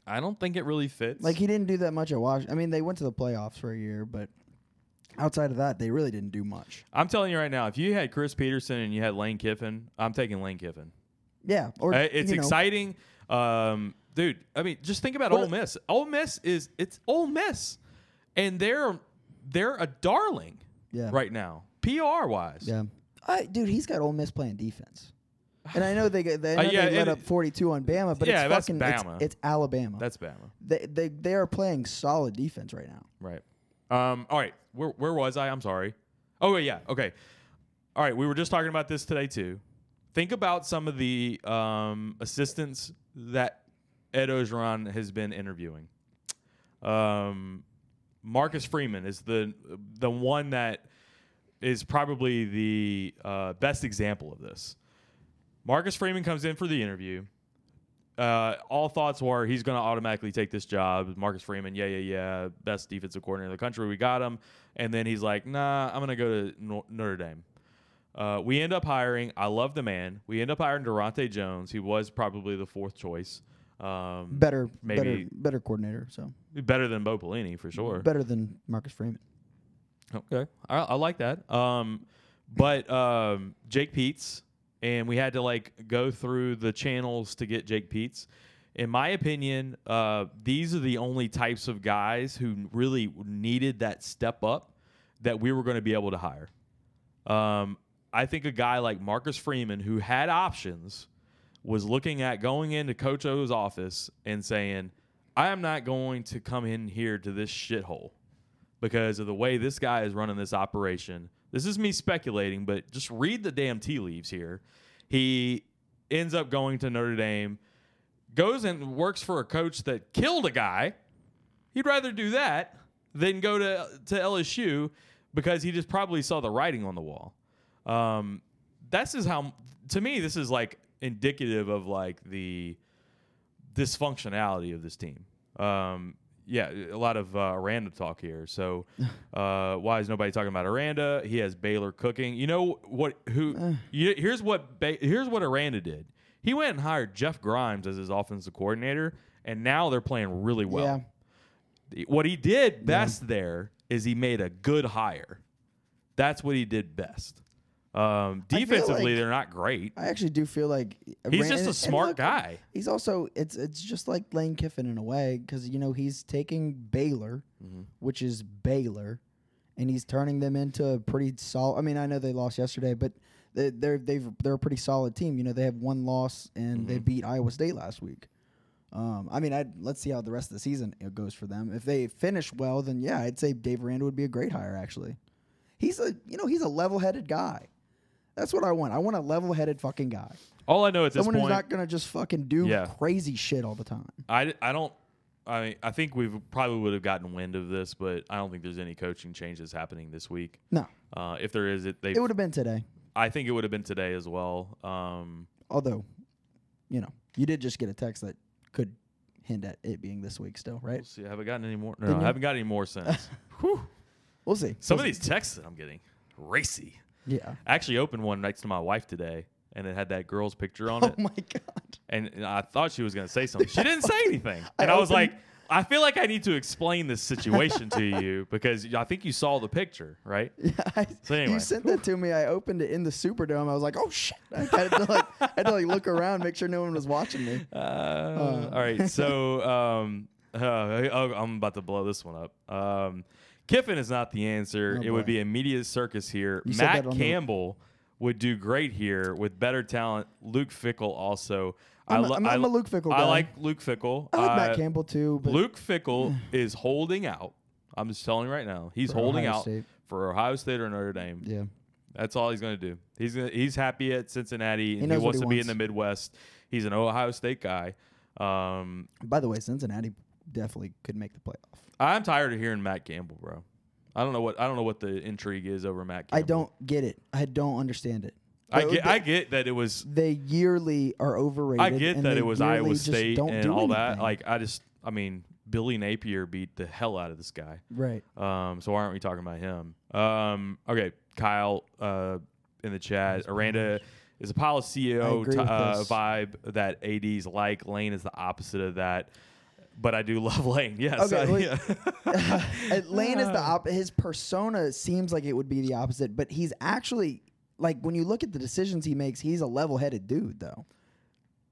Speaker 1: I don't think it really fits.
Speaker 5: Like he didn't do that much at Washington. I mean, they went to the playoffs for a year, but outside of that, they really didn't do much.
Speaker 1: I'm telling you right now, if you had Chris Peterson and you had Lane Kiffin, I'm taking Lane Kiffin.
Speaker 5: Yeah. Or
Speaker 1: Uh, it's
Speaker 5: you know,
Speaker 1: exciting, um, dude. I mean, just think about
Speaker 5: What-
Speaker 1: Ole Miss. Ole Miss is it's Ole Miss, and they're they're a darling
Speaker 5: Yeah.
Speaker 1: right now, PR wise.
Speaker 5: Yeah. I, dude, he's got Ole Miss playing defense. And I know they get- they, I
Speaker 1: Uh,
Speaker 5: know
Speaker 1: yeah,
Speaker 5: they let
Speaker 1: it-
Speaker 5: up 42 on Bama, but
Speaker 1: Yeah,
Speaker 5: it's
Speaker 1: that's
Speaker 5: fucking it's-
Speaker 1: Bama.
Speaker 5: It's, Alabama.
Speaker 1: that's Bama,
Speaker 5: they, they they are playing solid defense right now.
Speaker 1: right? Um, all right, where where was I? I'm sorry. Oh wait, yeah, okay. All right, we were just talking about this today too. Think about some of the um, assistants that Ed Ogeron has been interviewing. Um, Marcus Freeman is the the one that is probably the uh, best example of this. Marcus Freeman comes in for the interview. Uh, all thoughts were he's going to automatically take this job. Marcus Freeman, yeah, yeah, yeah, best defensive coordinator in the country. We got him, and then he's like, "Nah, I'm going to go to Nor- Notre Dame." Uh, we end up hiring. I love the man. We end up hiring Durante Jones. He was probably the fourth choice. Um,
Speaker 5: Better better
Speaker 1: Maybe-
Speaker 5: better coordinator, so
Speaker 1: better than Bo Pelini for sure.
Speaker 5: better than Marcus Freeman.
Speaker 1: Okay, I, I like that. Um, but um, Jake Peets, and we had to like go through the channels to get Jake Peets. In my opinion, uh, these are the only types of guys who really needed that step up that we were going to be able to hire. Um, I think a guy like Marcus Freeman, who had options, was looking at going into Coach O's office and saying, "I am not going to come in here to this shithole." because of the way this guy is running this operation. This is me speculating, but just read the damn tea leaves here. He ends up going to Notre Dame, goes and works for a coach that killed a guy. He'd rather do that than go to to LSU because he just probably saw the writing on the wall. Um, this is how, to me, this is like indicative of like the dysfunctionality of this team. Um, yeah, a lot of uh, Aranda talk here. So, uh, why is nobody talking about Aranda? He has Baylor cooking. You know what? Who? you, here's what. Ba- here's what Aranda did. He went and hired Jeff Grimes as his offensive coordinator, and now they're playing really well
Speaker 5: yeah.
Speaker 1: what he did best there is he made a good hire. That's what he did best. Um,
Speaker 5: feel
Speaker 1: defensively,
Speaker 5: like-
Speaker 1: they're not great.
Speaker 5: I actually do feel like
Speaker 1: He's just
Speaker 5: Ran- and-
Speaker 1: a
Speaker 5: and
Speaker 1: smart
Speaker 5: look,
Speaker 1: guy.
Speaker 5: He's also it's it's just like Lane Kiffin in a way because you know he's taking Baylor, which is Baylor, and he's turning them into a pretty solid. I mean, I know they lost yesterday, but they, they're they've they're a pretty solid team. You know, they have one loss and they beat Iowa State last week. Um, I mean, I'd, let's see how the rest of the season it goes for them. If they finish well, then yeah, I'd say Dave Rand would be a great hire. Actually, he's a you know he's a level-headed guy. That's what I want. I want a level-headed fucking guy.
Speaker 1: All I know at this
Speaker 5: Someone
Speaker 1: point,
Speaker 5: who's not gonna just fucking do
Speaker 1: Yeah.
Speaker 5: crazy shit all the time.
Speaker 1: I, I don't. I mean, I think we probably would have gotten wind of this, but I don't think there's any coaching changes happening this week.
Speaker 5: No,
Speaker 1: Uh, if there is, it they.
Speaker 5: it would have been today.
Speaker 1: I think it would have been today as well. Um,
Speaker 5: Although, you know, you did just get a text that could hint at it being this week still, right?
Speaker 1: we'll see. I haven't gotten any more. No,
Speaker 5: Didn't
Speaker 1: I
Speaker 5: you?
Speaker 1: haven't got any more since. Whew.
Speaker 5: We'll see.
Speaker 1: Some of these texts that I'm getting racy.
Speaker 5: yeah.
Speaker 1: I actually opened one next to my wife today, and it had that girl's picture on
Speaker 5: Oh
Speaker 1: it.
Speaker 5: my god.
Speaker 1: and, and I thought she was going to say something. She didn't say anything.
Speaker 5: I
Speaker 1: And I, was
Speaker 5: opened-
Speaker 1: like, I feel like I need to explain this situation to you because I think you saw the picture, right?
Speaker 5: I,
Speaker 1: So anyway.
Speaker 5: You sent that to me. I opened it in the Superdome. I was like, "Oh shit!" I had to like, I had to like look around, make sure no one was watching me.
Speaker 1: Uh, all right. So um, uh, oh, I'm about to blow this one up. Um, Kiffin is not the answer.
Speaker 5: Oh,
Speaker 1: it would
Speaker 5: boy.
Speaker 1: be a media circus here.
Speaker 5: You said that
Speaker 1: Matt
Speaker 5: on the-
Speaker 1: Campbell would do great here with better talent. Luke Fickle also.
Speaker 5: I'm a-
Speaker 1: li-
Speaker 5: I'm- I'm a Luke Fickell
Speaker 1: I
Speaker 5: guy.
Speaker 1: like Luke Fickle.
Speaker 5: I like
Speaker 1: Uh,
Speaker 5: Matt Campbell too, but
Speaker 1: Luke Fickle is holding out. I'm just telling you right now. He's
Speaker 5: For
Speaker 1: holding
Speaker 5: Ohio
Speaker 1: out
Speaker 5: State.
Speaker 1: for Ohio State or Notre Dame.
Speaker 5: yeah,
Speaker 1: That's all he's going to do. He's gonna, he's happy at Cincinnati. and He,
Speaker 5: knows what
Speaker 1: wants
Speaker 5: he
Speaker 1: to be in
Speaker 5: wants.
Speaker 1: the Midwest. He's an Ohio State guy. Um,
Speaker 5: By the way, Cincinnati definitely could make the playoff.
Speaker 1: I'm tired of hearing Matt Campbell, bro. I don't know what I don't know what the intrigue is over Matt. Campbell.
Speaker 5: I don't get it. I don't understand it.
Speaker 1: I
Speaker 5: They-
Speaker 1: get I get that it was
Speaker 5: they yearly are overrated.
Speaker 1: I get
Speaker 5: and
Speaker 1: that
Speaker 5: they
Speaker 1: it was
Speaker 5: yearly
Speaker 1: Iowa
Speaker 5: just
Speaker 1: State
Speaker 5: don't
Speaker 1: and
Speaker 5: do
Speaker 1: all that.
Speaker 5: anything.
Speaker 1: Like I just I mean Billy Napier beat the hell out of this guy.
Speaker 5: right.
Speaker 1: Um, so why aren't we talking about him? Um, okay, Kyle uh, in the chat. Aranda is a
Speaker 5: I
Speaker 1: Palacio
Speaker 5: agree
Speaker 1: t-
Speaker 5: with
Speaker 1: uh,
Speaker 5: this.
Speaker 1: vibe that ADs like. Lane is the opposite of that, but I do love Lane. Yes.
Speaker 5: Okay,
Speaker 1: I-
Speaker 5: wait.
Speaker 1: yeah.
Speaker 5: Lane is the op. His persona seems like it would be the opposite, but he's actually like when you look at the decisions he makes, he's a level-headed dude, though.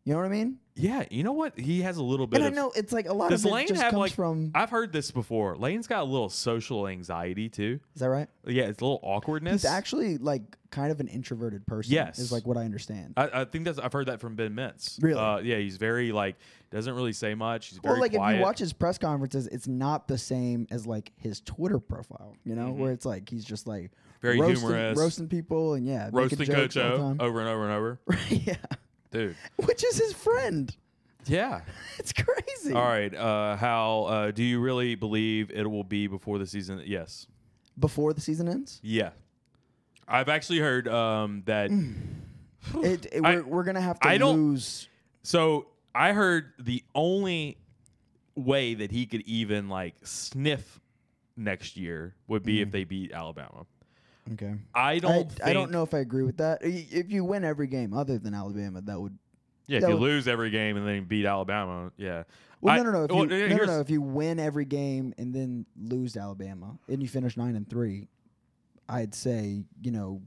Speaker 5: You know what I mean?
Speaker 1: yeah. You know what? He has a little bit.
Speaker 5: And I
Speaker 1: of,
Speaker 5: know it's like a lot
Speaker 1: Does
Speaker 5: of it
Speaker 1: Lane
Speaker 5: just
Speaker 1: have
Speaker 5: comes
Speaker 1: like?
Speaker 5: from.
Speaker 1: I've heard this before. Lane's got a little social anxiety too.
Speaker 5: is that right?
Speaker 1: Yeah, it's a little awkwardness.
Speaker 5: He's actually like kind of an introverted person.
Speaker 1: Yes.
Speaker 5: is like what I understand.
Speaker 1: I, I think that's I've heard that from Ben Mintz.
Speaker 5: Really?
Speaker 1: Uh, yeah, he's very like doesn't really say much. He's very
Speaker 5: well, like if
Speaker 1: quiet.
Speaker 5: you watch his press conferences, it's not the same as like his Twitter profile, you know, where it's like he's just like
Speaker 1: Mm-hmm. Very
Speaker 5: roasting,
Speaker 1: humorous.
Speaker 5: roasting people, and yeah, making
Speaker 1: roasting
Speaker 5: jokes
Speaker 1: Coach
Speaker 5: all the
Speaker 1: O Oh.
Speaker 5: time.
Speaker 1: over and over and over,
Speaker 5: yeah,
Speaker 1: dude.
Speaker 5: which is his friend.
Speaker 1: Yeah.
Speaker 5: It's crazy.
Speaker 1: All right. Uh, Hal, uh, do you really believe it will be before the season? Yes.
Speaker 5: Before the season ends,
Speaker 1: Yeah. I've actually heard um, that.
Speaker 5: Mm. it, it-
Speaker 1: I-
Speaker 5: we're, we're gonna have to
Speaker 1: I don't-
Speaker 5: lose.
Speaker 1: So I heard the only way that he could even like sniff next year would be if they beat Alabama.
Speaker 5: Okay,
Speaker 1: I don't.
Speaker 5: I,
Speaker 1: think,
Speaker 5: Mm. I don't know if I agree with that. I- If you win every game other than Alabama, that would.
Speaker 1: Yeah, if
Speaker 5: that
Speaker 1: you
Speaker 5: would-
Speaker 1: lose every game and then you beat Alabama, yeah.
Speaker 5: Well,
Speaker 1: I-
Speaker 5: no, no, no. If you,
Speaker 1: well,
Speaker 5: no, no,
Speaker 1: here's-
Speaker 5: no. If you win every game and then lose to Alabama and you finish nine and three, I'd say you know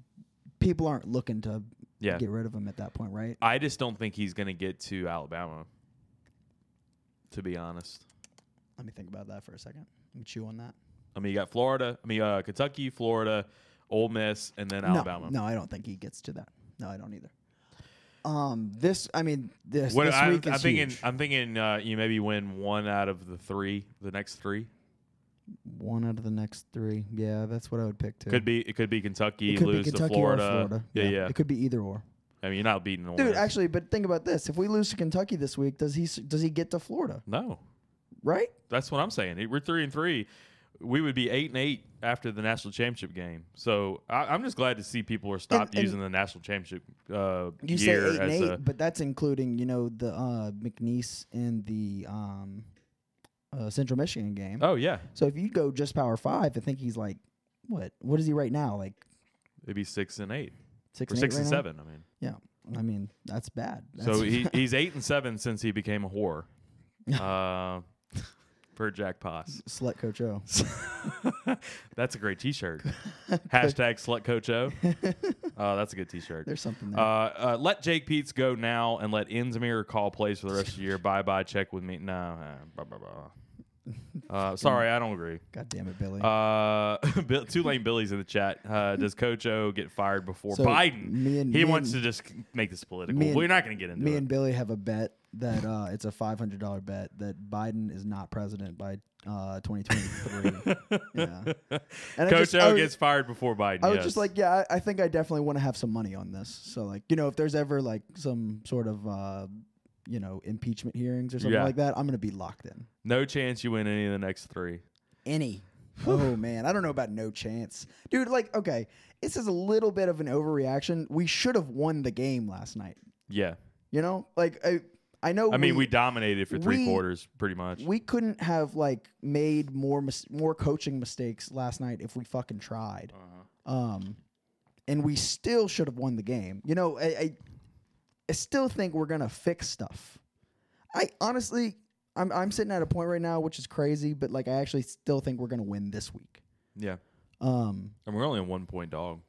Speaker 5: people aren't looking to
Speaker 1: Yeah.
Speaker 5: get rid of him at that point, right?
Speaker 1: I just don't think he's going to get to Alabama. To be honest,
Speaker 5: Let me think about that for a second. Let me chew on that.
Speaker 1: I mean, you got Florida. I mean, uh, Kentucky, Florida, Ole Miss, and then Alabama.
Speaker 5: No, no, I don't think he gets to that. No, I don't either. Um, this, I mean, this
Speaker 1: What
Speaker 5: this
Speaker 1: I,
Speaker 5: week
Speaker 1: I'm
Speaker 5: is
Speaker 1: thinking,
Speaker 5: huge.
Speaker 1: I'm thinking uh, you maybe win one out of the three, the next three.
Speaker 5: One out of the next three. Yeah, that's what I would pick too.
Speaker 1: Could be, it could be Kentucky,
Speaker 5: It could
Speaker 1: lose
Speaker 5: be Kentucky
Speaker 1: to Florida.
Speaker 5: or Florida.
Speaker 1: Yeah, yeah.
Speaker 5: It could be either or.
Speaker 1: I mean, you're not beating Ole
Speaker 5: Dude,
Speaker 1: Miss.
Speaker 5: actually, but think about this: if we lose to Kentucky this week, does he s- does he get to Florida?
Speaker 1: no,
Speaker 5: Right?
Speaker 1: that's what I'm saying. We're three and three. We would be eight and eight after the national championship game. So I, I'm just glad to see people are stopped
Speaker 5: And- and-
Speaker 1: using the national championship uh,
Speaker 5: You
Speaker 1: year
Speaker 5: say eight and
Speaker 1: as
Speaker 5: eight,
Speaker 1: a
Speaker 5: but that's including you know the uh, McNeese and the um, uh, Central Michigan game.
Speaker 1: Oh yeah,
Speaker 5: So if you go just Power Five, I think he's like, what? What is he right now? Like
Speaker 1: it'd be six and eight
Speaker 5: six,
Speaker 1: or
Speaker 5: and,
Speaker 1: six
Speaker 5: eight
Speaker 1: and
Speaker 5: right now?
Speaker 1: seven. I mean,
Speaker 5: Yeah, I mean that's bad.
Speaker 1: so
Speaker 5: That's-
Speaker 1: he, he's eight and seven since he became a whore. Uh, per Jack Poss.
Speaker 5: Slut Coach O.
Speaker 1: that's a great T-shirt. Hashtag slut coach O. Uh, that's a good T-shirt.
Speaker 5: There's something
Speaker 1: Uh,
Speaker 5: there.
Speaker 1: uh, let Jake Peets go now and let Enzimir call plays for the rest of the year. Bye bye. Check with me. No. uh, blah, blah, blah. Uh, sorry, I don't agree.
Speaker 5: God damn it, Billy.
Speaker 1: Uh, Bill, Tulane Billy's in the chat. Uh, does Coach O get fired before
Speaker 5: So,
Speaker 1: Biden?
Speaker 5: me and-
Speaker 1: he
Speaker 5: me
Speaker 1: wants
Speaker 5: and-
Speaker 1: to just make this political.
Speaker 5: me and-
Speaker 1: We're not going to get into
Speaker 5: Me
Speaker 1: it.
Speaker 5: and Billy have a bet that uh, it's a five hundred dollar bet that Biden is not president by uh, twenty twenty three. Yeah. And I
Speaker 1: Coach
Speaker 5: just- I
Speaker 1: O
Speaker 5: was-
Speaker 1: gets fired before Biden.
Speaker 5: I was
Speaker 1: yes.
Speaker 5: just like, yeah, I, I think I definitely want to have some money on this. So like, you know, if there's ever like some sort of uh, you know, impeachment hearings or something
Speaker 1: Yeah.
Speaker 5: like that, I'm gonna be locked in.
Speaker 1: no chance you win any of the next three.
Speaker 5: Any. oh man, I don't know about no chance. Dude, like, okay, this is a little bit of an overreaction. We should have won the game last night.
Speaker 1: Yeah.
Speaker 5: You know? Like I I know
Speaker 1: I mean, we dominated for three
Speaker 5: we-
Speaker 1: quarters, pretty much.
Speaker 5: we couldn't have like made more mis- more coaching mistakes last night if we fucking tried.
Speaker 1: Uh-huh.
Speaker 5: Um, and we still should have won the game. You know, I, I I still think we're gonna fix stuff. I honestly, I'm I'm sitting at a point right now which is crazy, but like I actually still think we're gonna win this week.
Speaker 1: yeah.
Speaker 5: Um,
Speaker 1: And we're only a one point dog.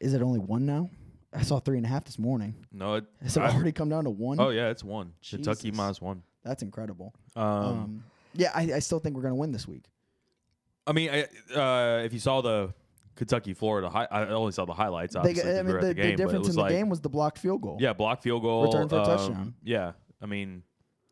Speaker 5: is it only one now? I saw three and a half this morning.
Speaker 1: No, it,
Speaker 5: Has it
Speaker 1: I-
Speaker 5: already come down to one?
Speaker 1: Oh yeah, it's one. Kentucky
Speaker 5: Jesus.
Speaker 1: minus one.
Speaker 5: That's incredible.
Speaker 1: Um,
Speaker 5: um yeah, I, I still think we're gonna win this week.
Speaker 1: I mean, I, uh, if you saw the Kentucky Florida, hi- I only saw the highlights.
Speaker 5: They,
Speaker 1: Obviously,
Speaker 5: I
Speaker 1: 'cause we
Speaker 5: mean,
Speaker 1: were
Speaker 5: the,
Speaker 1: at the,
Speaker 5: the
Speaker 1: game, but it
Speaker 5: difference
Speaker 1: was
Speaker 5: in the
Speaker 1: like,
Speaker 5: game was the blocked field goal.
Speaker 1: yeah, block field goal,
Speaker 5: Return for a
Speaker 1: um,
Speaker 5: touchdown.
Speaker 1: Yeah, I mean,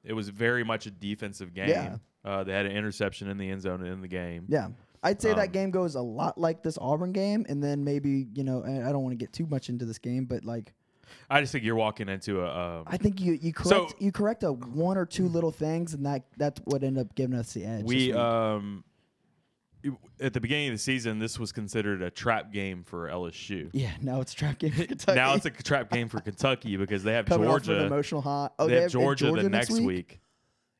Speaker 1: it was very much a defensive game.
Speaker 5: Yeah.
Speaker 1: Uh, they had an interception in the end zone in the game.
Speaker 5: Yeah. I'd say
Speaker 1: Um,
Speaker 5: that game goes a lot like this Auburn game, and then maybe you know I I don't want to get too much into this game, but like
Speaker 1: I just think you're walking into a. Um,
Speaker 5: I think you you
Speaker 1: So-
Speaker 5: correct you correct a one or two little things, and that that's what ended up giving us the edge. this
Speaker 1: we
Speaker 5: week.
Speaker 1: um, it- at the beginning of the season, this was considered a trap game for LSU.
Speaker 5: yeah, now it's trap game. For Kentucky.
Speaker 1: Now it's a trap game for Kentucky because they have
Speaker 5: coming off an
Speaker 1: Georgia.
Speaker 5: emotional high. Oh,
Speaker 1: they have
Speaker 5: they
Speaker 1: Georgia, the next week.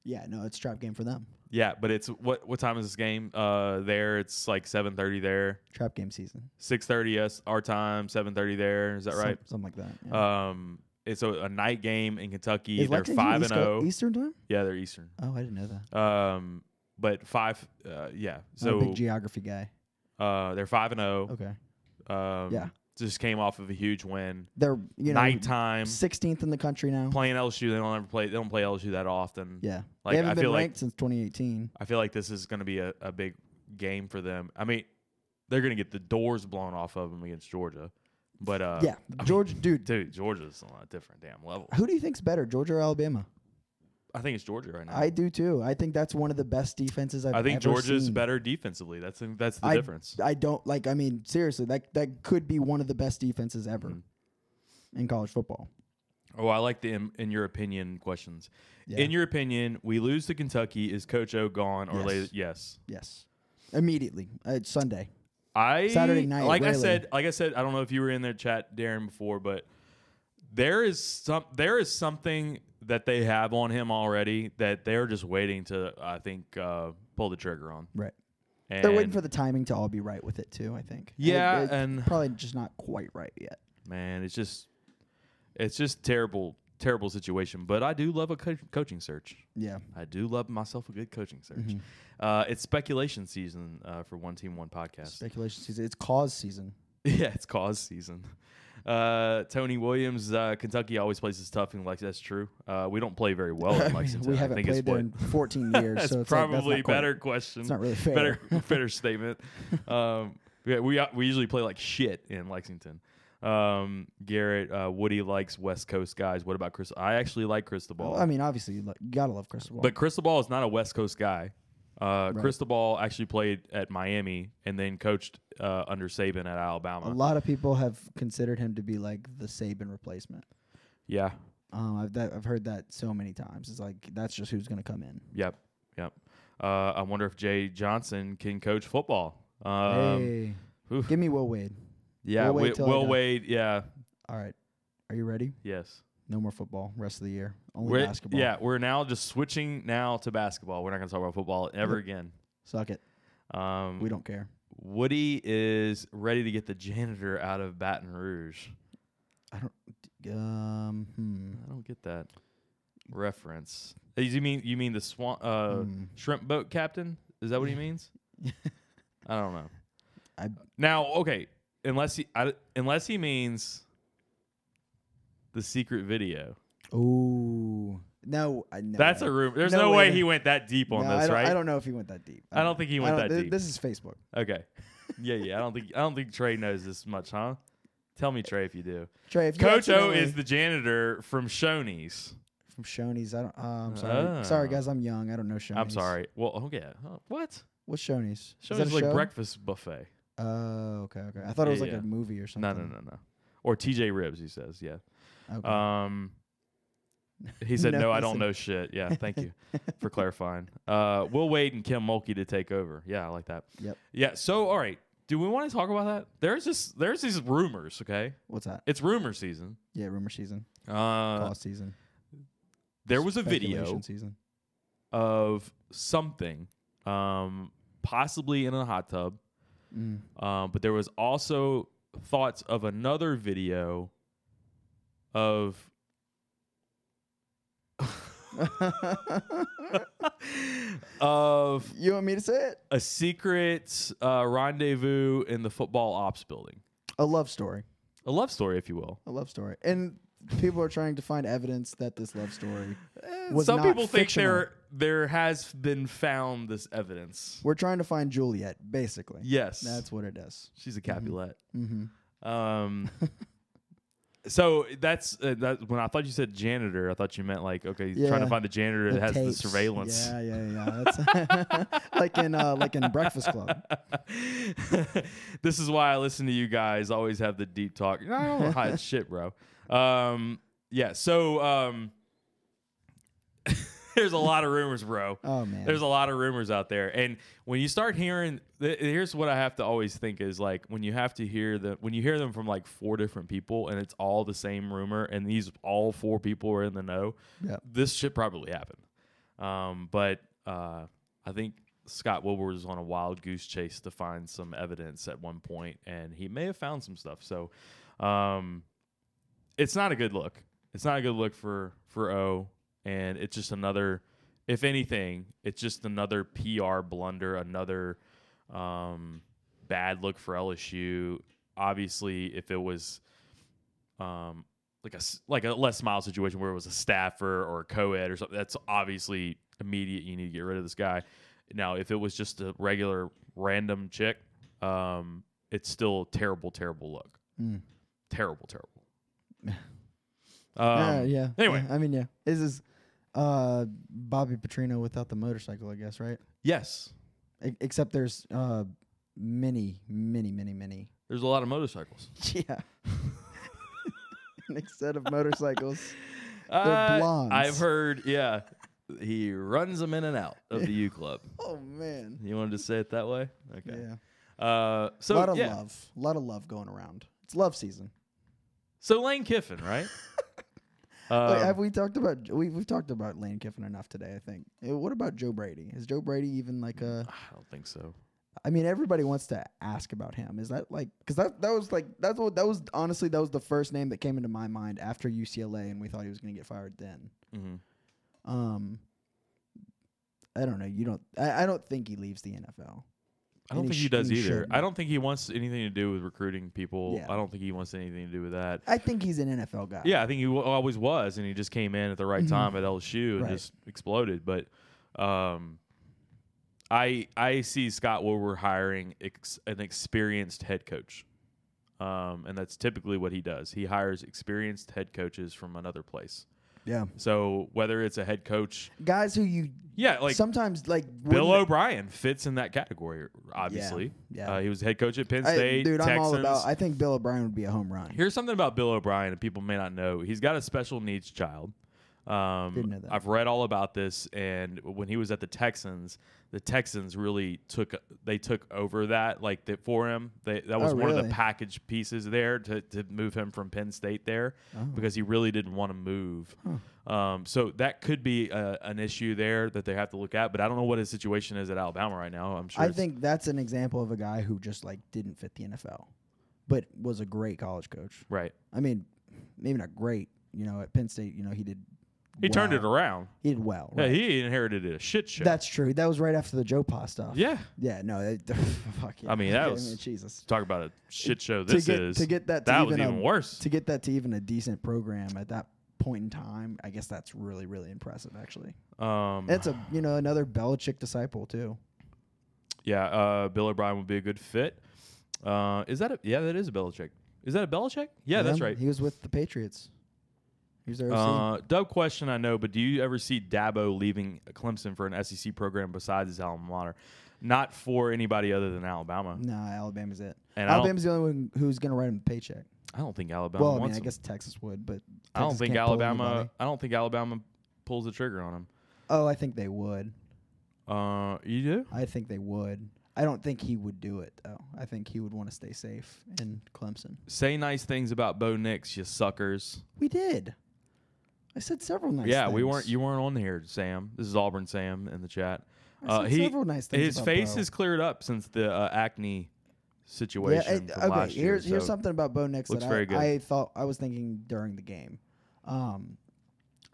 Speaker 5: Yeah, no, it's trap game for them.
Speaker 1: Yeah, but it's what what time is this game? Uh, there it's like seven thirty there,
Speaker 5: Trap game season.
Speaker 1: six thirty us our time, seven thirty there. Is that
Speaker 5: Some-
Speaker 1: right?
Speaker 5: something like that. yeah.
Speaker 1: Um, it's a, a night game in Kentucky.
Speaker 5: Is
Speaker 1: they're
Speaker 5: Lexington
Speaker 1: five and oh.
Speaker 5: East Co-
Speaker 1: zero.
Speaker 5: Eastern time.
Speaker 1: Yeah, they're Eastern.
Speaker 5: Oh, I didn't know that.
Speaker 1: Um, but five. Uh, yeah.
Speaker 5: I'm a
Speaker 1: So
Speaker 5: big geography guy.
Speaker 1: uh, they're five and zero.
Speaker 5: Okay,
Speaker 1: Um,
Speaker 5: Oh, Yeah.
Speaker 1: Just came off of a huge win.
Speaker 5: they're you know
Speaker 1: Nighttime
Speaker 5: 16th in the country now.
Speaker 1: playing LSU. They don't ever play. They don't play LSU that often.
Speaker 5: Yeah.
Speaker 1: Like,
Speaker 5: they haven't
Speaker 1: I
Speaker 5: been
Speaker 1: feel like-
Speaker 5: ranked since 2018.
Speaker 1: I feel like this is going to be a, a big game for them. I mean, they're going to get the doors blown off of them against Georgia. But uh,
Speaker 5: yeah.
Speaker 1: I mean,
Speaker 5: Georgia, dude.
Speaker 1: dude, Georgia's on a different damn level.
Speaker 5: Who do you think's better, Georgia or Alabama?
Speaker 1: I think it's Georgia right now.
Speaker 5: I do too. I think that's one of the best defenses I've
Speaker 1: I think
Speaker 5: ever
Speaker 1: Georgia's
Speaker 5: seen.
Speaker 1: better defensively. That's the- that's the
Speaker 5: I,
Speaker 1: difference.
Speaker 5: I don't like. I mean, seriously, that that could be one of the best defenses ever
Speaker 1: Mm-hmm.
Speaker 5: in college football.
Speaker 1: Oh, I like the in, in your opinion questions.
Speaker 5: Yeah.
Speaker 1: In your opinion, we lose to Kentucky. Is Coach O gone or yes?
Speaker 5: Yes.
Speaker 1: yes.
Speaker 5: Yes, immediately. Uh, it's Sunday.
Speaker 1: I
Speaker 5: Saturday night,
Speaker 1: Like I
Speaker 5: really.
Speaker 1: said, like I said, I don't know if you were in their chat, Darren, before, but there is some there is something that they have on him already that they're just waiting to, I think, uh, pull the trigger on.
Speaker 5: Right.
Speaker 1: And
Speaker 5: They're waiting for the timing to all be right with it too. I think.
Speaker 1: Yeah,
Speaker 5: it's
Speaker 1: and-
Speaker 5: probably just not quite right yet.
Speaker 1: man. It's just it's just terrible, terrible situation. But I do love a co- coaching search.
Speaker 5: Yeah.
Speaker 1: I do love myself a good coaching search.
Speaker 5: Mm-hmm.
Speaker 1: Uh, it's speculation season uh, for one team, one podcast.
Speaker 5: Speculation season. It's cause season.
Speaker 1: Yeah, it's cause season. Uh, Tony Williams, uh, Kentucky always plays us tough, and like that's true. Uh, we don't play very well
Speaker 5: I
Speaker 1: in
Speaker 5: mean,
Speaker 1: Lexington.
Speaker 5: we
Speaker 1: I
Speaker 5: haven't
Speaker 1: think it's
Speaker 5: played there
Speaker 1: what-
Speaker 5: in 14 years,
Speaker 1: that's
Speaker 5: so it's like, that's
Speaker 1: probably
Speaker 5: not quite-
Speaker 1: better question.
Speaker 5: it's not really fair.
Speaker 1: Better, better statement. Um, yeah, we we usually play like shit in Lexington. Um, Garrett, uh, Woody likes West Coast guys. What about Chris? I actually like Cristobal.
Speaker 5: Well, I mean, obviously, you lo- you gotta love Cristobal.
Speaker 1: But Cristobal is not a West Coast guy. Uh, Cristobal actually played at Miami and then coached uh, under Saban at Alabama.
Speaker 5: a lot of people have considered him to be like the Saban replacement.
Speaker 1: Yeah.
Speaker 5: Um, I've that, I've heard that so many times. It's like that's just who's gonna come in.
Speaker 1: Yep. Yep. Uh, I wonder if Jay Johnson can coach football. Um,
Speaker 5: hey,
Speaker 1: oof.
Speaker 5: give me Will Wade.
Speaker 1: Yeah.
Speaker 5: We'll wait
Speaker 1: Will,
Speaker 5: till I
Speaker 1: Will
Speaker 5: die.
Speaker 1: Wade. Yeah.
Speaker 5: All right, are you ready?
Speaker 1: Yes.
Speaker 5: No more football. Rest of the year, only
Speaker 1: We're,
Speaker 5: basketball.
Speaker 1: yeah. We're now just switching now to basketball. We're not going to talk about football ever again.
Speaker 5: suck it.
Speaker 1: Um,
Speaker 5: We don't care.
Speaker 1: Woody is ready to get the janitor out of Baton Rouge.
Speaker 5: I don't. Um, hmm.
Speaker 1: I don't get that. reference. Uh, You mean you mean the swan uh,
Speaker 5: Mm. hmm.
Speaker 1: shrimp boat captain? Is that what he means? I don't know.
Speaker 5: I-
Speaker 1: now okay, unless he I, unless he means the secret video.
Speaker 5: Ooh. No, I no,
Speaker 1: That's
Speaker 5: I-
Speaker 1: a rumor. There's
Speaker 5: no
Speaker 1: no, way
Speaker 5: way.
Speaker 1: he went that deep on
Speaker 5: no, I
Speaker 1: this,
Speaker 5: don't,
Speaker 1: right?
Speaker 5: I don't know if he went that deep.
Speaker 1: I don't think he went
Speaker 5: don't-
Speaker 1: that
Speaker 5: thi-
Speaker 1: deep.
Speaker 5: This is Facebook.
Speaker 1: Okay. Yeah, yeah. I don't think I don't think Trey knows this much, huh? Tell me, Trey, if you do.
Speaker 5: Trey, if you
Speaker 1: Coach O
Speaker 5: accidentally-
Speaker 1: is the janitor from Shoney's.
Speaker 5: from Shoney's. I don't. Uh, I'm sorry. Sorry,
Speaker 1: Ah.
Speaker 5: guys. I'm young. I don't know Shoney's.
Speaker 1: I'm sorry. Well, okay. Huh, What?
Speaker 5: What's Shoney's?
Speaker 1: Shoney's
Speaker 5: is that a
Speaker 1: like
Speaker 5: show?
Speaker 1: breakfast buffet.
Speaker 5: Oh, okay, okay. I thought it
Speaker 1: Yeah,
Speaker 5: was like
Speaker 1: yeah.
Speaker 5: a movie or something.
Speaker 1: No, no, no, no. Or TJ Ribs, he says. Yeah.
Speaker 5: Okay.
Speaker 1: Um, he said,
Speaker 5: No,
Speaker 1: no, I don't
Speaker 5: listen.
Speaker 1: know shit. Yeah, thank you for clarifying. Uh, Will Wade and Kim Mulkey to take over. Yeah, I like that.
Speaker 5: Yep.
Speaker 1: Yeah. So, all right. Do we want to talk about that? There's this. There's these rumors. Okay,
Speaker 5: What's that?
Speaker 1: it's rumor season.
Speaker 5: Yeah, rumor season,
Speaker 1: Uh,
Speaker 5: cost season.
Speaker 1: there was a video
Speaker 5: speculation season.
Speaker 1: of something, um, possibly in a hot tub,
Speaker 5: Mm.
Speaker 1: um, but there was also thoughts of another video of of
Speaker 5: you want me to say it?
Speaker 1: a secret uh, rendezvous in the football ops building.
Speaker 5: A love story.
Speaker 1: A love story, if you will.
Speaker 5: A love story. And people are trying to find evidence that this love story was
Speaker 1: Some
Speaker 5: not
Speaker 1: people
Speaker 5: fictional.
Speaker 1: think there there has been found this evidence.
Speaker 5: We're trying to find Juliet, basically.
Speaker 1: Yes,
Speaker 5: That's what it is.
Speaker 1: she's a Capulet.
Speaker 5: Mm-hmm.
Speaker 1: Um, so that's uh, that. When I thought you said janitor, I thought you meant like okay, he's trying to
Speaker 5: Yeah.
Speaker 1: find the janitor that has the surveillance.
Speaker 5: Yeah, yeah, yeah. That's like in uh, like in Breakfast Club.
Speaker 1: this is why I listen to you guys. Always have the deep talk. I don't know how it's shit, bro. Um, yeah. So um, there's a lot of rumors, bro.
Speaker 5: Oh man.
Speaker 1: There's a lot of rumors out there, and when you start hearing, th- here's what I have to always think is like when you have to hear the when you hear them from like four different people, and it's all the same rumor, and these all four people are in the know.
Speaker 5: Yep.
Speaker 1: This shit probably happened, um, but uh, I think Scott Wilbur was on a wild goose chase to find some evidence at one point, and he may have found some stuff. So, um, it's not a good look. It's not a good look for for O, and it's just another. If anything, it's just another PR blunder, another um, bad look for LSU. Obviously, if it was um, like a s- like a less mild situation where it was a staffer or a co-ed or something, that's obviously immediate. You need to get rid of this guy. Now, if it was just a regular random chick, um, it's still a terrible, terrible look.
Speaker 5: Mm.
Speaker 1: Terrible, terrible.
Speaker 5: Uh,
Speaker 1: Um,
Speaker 5: yeah.
Speaker 1: anyway.
Speaker 5: Yeah, I mean, yeah. This is uh, Bobby Petrino without the motorcycle, I guess, right?
Speaker 1: Yes,
Speaker 5: E- except there's uh, many, many, many, many.
Speaker 1: there's a lot of motorcycles.
Speaker 5: Yeah. Instead of motorcycles,
Speaker 1: Uh,
Speaker 5: blondes.
Speaker 1: I've heard, yeah. He runs them in and out of the U Club.
Speaker 5: oh man.
Speaker 1: You wanted to say it that way? Okay.
Speaker 5: Yeah.
Speaker 1: Uh, so
Speaker 5: a lot of
Speaker 1: yeah.
Speaker 5: love, a lot of love going around. It's love season.
Speaker 1: So Lane Kiffin, right?
Speaker 5: Wait,
Speaker 1: Um,
Speaker 5: have we talked about we we've talked about Lane Kiffin enough today? I think. Uh, What about Joe Brady? Is Joe Brady even like uh, a?
Speaker 1: I don't think so.
Speaker 5: I mean, everybody wants to ask about him. Is that like because that that was like that's what that was honestly that was the first name that came into my mind after UCLA, and we thought he was going to get fired then.
Speaker 1: Mhm.
Speaker 5: Um, I don't know. You don't. I, I don't think he leaves the NFL.
Speaker 1: I don't
Speaker 5: And
Speaker 1: think
Speaker 5: he
Speaker 1: he
Speaker 5: sh-
Speaker 1: does
Speaker 5: and he
Speaker 1: either.
Speaker 5: shouldn't.
Speaker 1: I don't think he wants anything to do with recruiting people.
Speaker 5: Yeah.
Speaker 1: I don't think he wants anything to do with that.
Speaker 5: I think he's an NFL guy. Mm-hmm.
Speaker 1: Yeah, I think he w- always was, and he just came in at the right time at LSU and
Speaker 5: Right.
Speaker 1: just exploded. But um, I I see Scott Wilbur hiring ex- an experienced head coach, um, and that's typically what he does. He hires experienced head coaches from another place.
Speaker 5: yeah.
Speaker 1: So whether it's a head coach,
Speaker 5: Guys who you
Speaker 1: yeah, like
Speaker 5: sometimes like
Speaker 1: Bill
Speaker 5: wouldn't-
Speaker 1: O'Brien fits in that category. Obviously,
Speaker 5: yeah.
Speaker 1: Uh, he was head coach at Penn
Speaker 5: I-
Speaker 1: State.
Speaker 5: dude, I'm all
Speaker 1: Texans.
Speaker 5: about. I think Bill O'Brien would be a home run.
Speaker 1: Here's something about Bill O'Brien that people may not know. He's got a special needs child. Um,
Speaker 5: Didn't know that.
Speaker 1: I've read all about this, and when he was at the Texans, the Texans really took they took over that like that for him. They, that was
Speaker 5: Oh,
Speaker 1: one of the
Speaker 5: really?
Speaker 1: package pieces there to, to move him from Penn State there
Speaker 5: Oh.
Speaker 1: because he really didn't want to move. Um, so that could be uh an issue there that they have to look at. But I don't know what his situation is at Alabama right now. I'm sure
Speaker 5: I
Speaker 1: it's-
Speaker 5: think that's an example of a guy who just like didn't fit the NFL, but was a great college coach.
Speaker 1: right.
Speaker 5: I mean, maybe not great. You know, at Penn State, you know, he did
Speaker 1: He turned it
Speaker 5: well.
Speaker 1: around.
Speaker 5: He did well.
Speaker 1: Yeah,
Speaker 5: right?
Speaker 1: he inherted a shit show.
Speaker 5: That's true. That was right after the Joe Pa stuff.
Speaker 1: yeah.
Speaker 5: Yeah, no, that, fuck yeah.
Speaker 1: I mean,
Speaker 5: Are you
Speaker 1: that
Speaker 5: kidding
Speaker 1: was-
Speaker 5: me? Jesus.
Speaker 1: Talk about a shit show.
Speaker 5: To
Speaker 1: This
Speaker 5: get,
Speaker 1: is
Speaker 5: to get that to
Speaker 1: that
Speaker 5: even
Speaker 1: was even
Speaker 5: a-
Speaker 1: worse.
Speaker 5: To get that to even a decent program at that point in time, I guess that's really really impressive. Actually,
Speaker 1: um,
Speaker 5: that's a you know another Belichick disciple too.
Speaker 1: yeah. Uh, Bill O'Brien would be a good fit. Uh, is that a yeah? That is a Belichick. Is that a Belichick? Yeah, that's
Speaker 5: Them,
Speaker 1: right.
Speaker 5: He was with the Patriots. He was their OC.
Speaker 1: Uh, Doug question I know, but do you ever see Dabo leaving Clemson for an SEC program besides his alma mater? Not for anybody other than Alabama.
Speaker 5: nah, Alabama's it.
Speaker 1: And I don't-
Speaker 5: Alabama's the only one who's going to write him a paycheck.
Speaker 1: I don't think Alabama.
Speaker 5: Well, I mean,
Speaker 1: wants
Speaker 5: I
Speaker 1: him.
Speaker 5: guess Texas would, but
Speaker 1: I don't
Speaker 5: Texas
Speaker 1: think
Speaker 5: can't pull
Speaker 1: Alabama.
Speaker 5: anybody.
Speaker 1: I don't think Alabama pulls the trigger on him.
Speaker 5: Oh, I think they would.
Speaker 1: Uh, you do?
Speaker 5: I think they would. I don't think he would do it though. I think he would want to stay safe in Clemson.
Speaker 1: Say nice things about Bo Nix, you suckers.
Speaker 5: We did. I said several nice.
Speaker 1: yeah,
Speaker 5: things.
Speaker 1: we weren't. You weren't on here, Sam. This is Auburn Sam in the chat.
Speaker 5: I
Speaker 1: Uh,
Speaker 5: said
Speaker 1: he
Speaker 5: several nice things
Speaker 1: his
Speaker 5: about
Speaker 1: face
Speaker 5: Bo.
Speaker 1: is cleared up since the uh, acne
Speaker 5: Yeah,
Speaker 1: situation.
Speaker 5: it-
Speaker 1: from
Speaker 5: okay.
Speaker 1: last year,
Speaker 5: here's here's
Speaker 1: so-
Speaker 5: something about Bo Nix
Speaker 1: looks
Speaker 5: that I,
Speaker 1: very good.
Speaker 5: I thought I was thinking during the game. Um,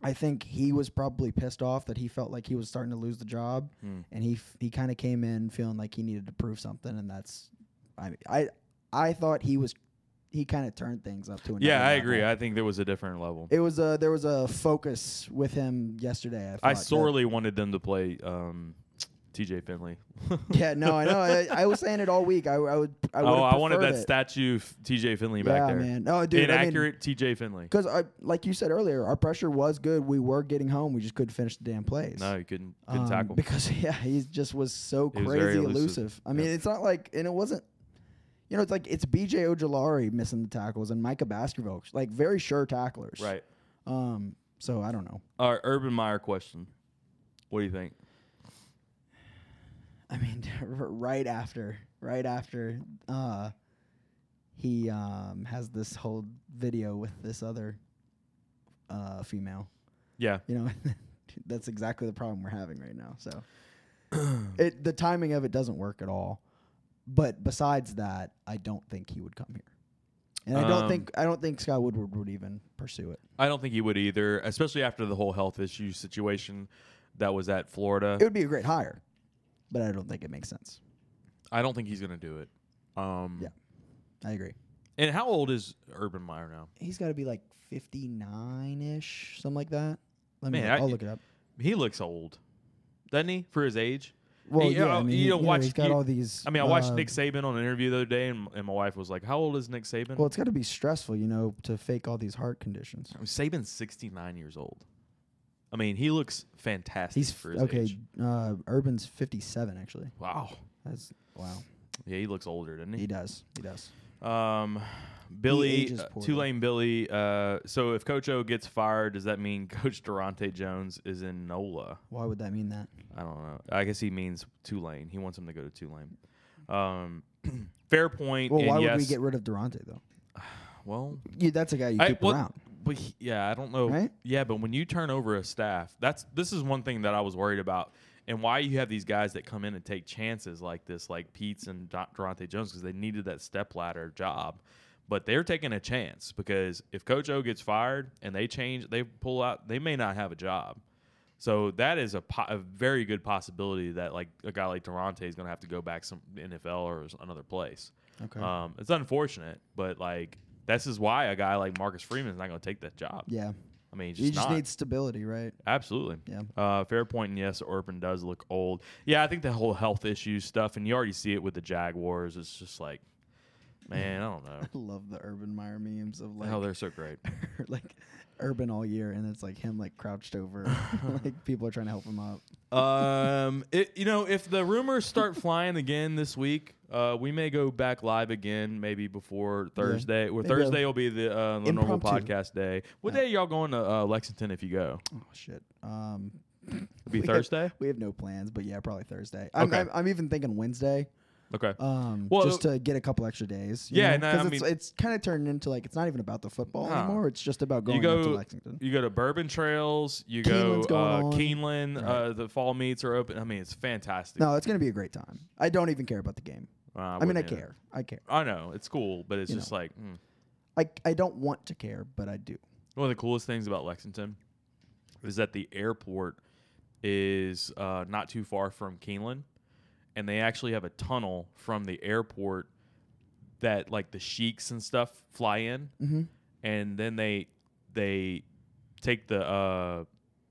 Speaker 5: I think he was probably pissed off that he felt like he was starting to lose the job,
Speaker 1: Hmm.
Speaker 5: and he f- he kind of came in feeling like he needed to prove something, and that's, I I I thought he was, he kind of turned things up to another.
Speaker 1: Yeah, I
Speaker 5: level.
Speaker 1: agree. I think there was a different level.
Speaker 5: It was a there was a focus with him yesterday. I, thought,
Speaker 1: I
Speaker 5: that-
Speaker 1: sorely wanted them to play um, T.J. Finley.
Speaker 5: Yeah, no, I know. I, I was saying it all week. I, I would. I
Speaker 1: oh, I
Speaker 5: would've
Speaker 1: wanted
Speaker 5: preferred
Speaker 1: that
Speaker 5: it.
Speaker 1: statue f- T.J. Finley
Speaker 5: Yeah,
Speaker 1: back there.
Speaker 5: man. No, dude. I mean-
Speaker 1: Inaccurate T.J. Finley.
Speaker 5: Because like you said earlier, our pressure was good. We were getting home. We just couldn't finish the damn plays.
Speaker 1: No, he couldn't, couldn't
Speaker 5: Um,
Speaker 1: tackle.
Speaker 5: because yeah, he just was so
Speaker 1: He was very
Speaker 5: crazy elusive.
Speaker 1: elusive.
Speaker 5: I mean, it's not like, and it wasn't. You know, it's like it's B.J. Ojolari missing the tackles and Micah Baskerville, like very sure tacklers.
Speaker 1: Right.
Speaker 5: Um. So I don't know.
Speaker 1: Our Urban Meyer question. What do you think?
Speaker 5: I mean, right after, right after, uh, he um has this whole video with this other uh female.
Speaker 1: Yeah.
Speaker 5: you know that's exactly the problem we're having right now so it the timing of it doesn't work at all but besides that i don't think he would come here and i don't
Speaker 1: Um,
Speaker 5: think i don't think scott woodward would even pursue it
Speaker 1: I don't think he would either, especially after the whole health issue situation that was at Florida.
Speaker 5: it would be a great hire but i don't think it makes sense
Speaker 1: I don't think he's going to do it. Um,
Speaker 5: Yeah. i agree
Speaker 1: And how old is Urban Meyer now?
Speaker 5: he's got to be like 59ish something like that let
Speaker 1: Man,
Speaker 5: me look,
Speaker 1: I-
Speaker 5: i'll look it up
Speaker 1: He looks old, doesn't he, for his age?
Speaker 5: well
Speaker 1: you
Speaker 5: yeah,
Speaker 1: know,
Speaker 5: I mean,
Speaker 1: you
Speaker 5: he-
Speaker 1: know,
Speaker 5: you know,
Speaker 1: watch-
Speaker 5: he's got
Speaker 1: you-
Speaker 5: all these
Speaker 1: I mean, I watched
Speaker 5: uh,
Speaker 1: Nick Saban on an interview the other day, and, and my wife was like, "How old is Nick Saban?"
Speaker 5: well it's got to be stressful you know to fake all these heart conditions
Speaker 1: I mean, Saban's 69 years old. I mean, he looks fantastic
Speaker 5: he's
Speaker 1: for his
Speaker 5: okay
Speaker 1: age.
Speaker 5: uh urban's 57 actually
Speaker 1: Wow.
Speaker 5: That's wow.
Speaker 1: Yeah, he looks older, doesn't
Speaker 5: He
Speaker 1: he?
Speaker 5: does. He does.
Speaker 1: Um, Billy,
Speaker 5: ages
Speaker 1: uh,
Speaker 5: poorly.
Speaker 1: Tulane Billy. Uh, so if Coach O gets fired, does that mean Coach Durante Jones is in NOLA?
Speaker 5: Why would that mean that?
Speaker 1: I don't know. I guess he means Tulane. He wants him to go to Tulane. Um, fair point.
Speaker 5: Well,
Speaker 1: and
Speaker 5: why would we
Speaker 1: yes-
Speaker 5: get rid of Durante though?
Speaker 1: Well,
Speaker 5: You, that's a guy you
Speaker 1: I-
Speaker 5: keep
Speaker 1: well,
Speaker 5: around.
Speaker 1: But he- yeah, I don't know.
Speaker 5: Right?
Speaker 1: Yeah, but when you turn over a staff, that's this is one thing that I was worried about, and why you have these guys that come in and take chances like this, like Pete's and Do- Durante Jones, because they needed that step ladder job, but they're taking a chance because if Coach O gets fired and they change, they pull out, they may not have a job. So that is a, po- a very good possibility that like a guy like Durante is going to have to go back some NFL or s- another place.
Speaker 5: Okay.
Speaker 1: Um, it's unfortunate, but like this is why a guy like Marcus Freeman is not going to take that job.
Speaker 5: yeah.
Speaker 1: I mean, he's
Speaker 5: You
Speaker 1: just,
Speaker 5: just
Speaker 1: not.
Speaker 5: need stability, right?
Speaker 1: Absolutely.
Speaker 5: Yeah.
Speaker 1: Uh, fair point, And yes, Urban does look old. Yeah, I think the whole health issue stuff, and you already see it with the Jaguars. It's just like, man, I don't know.
Speaker 5: I love the Urban Meyer memes of like
Speaker 1: Hell, they're so great.
Speaker 5: like Urban all year, and it's like him like crouched over, like people are trying to help him up.
Speaker 1: um, it, you know, if the rumors start flying again this week, uh, we may go back live again, maybe before Thursday. Or
Speaker 5: Maybe
Speaker 1: Thursday will be the uh, the normal
Speaker 5: Impromptu.
Speaker 1: podcast day. What day y'all going to uh, Lexington if you go?
Speaker 5: Oh shit. Um,
Speaker 1: be
Speaker 5: we have-
Speaker 1: Thursday?
Speaker 5: we have no plans, but yeah, probably Thursday. I'm,
Speaker 1: Okay.
Speaker 5: I'm, I'm even thinking Wednesday.
Speaker 1: Okay.
Speaker 5: Um,
Speaker 1: Well,
Speaker 5: just to get a couple extra days.
Speaker 1: Yeah,
Speaker 5: because
Speaker 1: and I- I
Speaker 5: it's,
Speaker 1: mean-
Speaker 5: it's kind of turned into like it's not even about the football
Speaker 1: Nah.
Speaker 5: anymore. It's just about
Speaker 1: you
Speaker 5: going up to
Speaker 1: go
Speaker 5: Lexington.
Speaker 1: you go to Bourbon Trails, you
Speaker 5: Keeneland's
Speaker 1: go
Speaker 5: going
Speaker 1: uh,
Speaker 5: on.
Speaker 1: Keeneland, uh, the fall meets are open. I mean, it's fantastic.
Speaker 5: No, it's gonna be a great time. I don't even care about the game.
Speaker 1: Uh,
Speaker 5: I, mean, I
Speaker 1: wouldn't either.
Speaker 5: care. I care.
Speaker 1: I know it's cool, but it's
Speaker 5: You
Speaker 1: just
Speaker 5: know.
Speaker 1: like mm.
Speaker 5: I, I don't want to care, but I do.
Speaker 1: one of the coolest things about Lexington is that the airport is uh, not too far from Keeneland, and they actually have a tunnel from the airport that like the sheiks and stuff fly in,
Speaker 5: Mm-hmm.
Speaker 1: and then they they take the uh,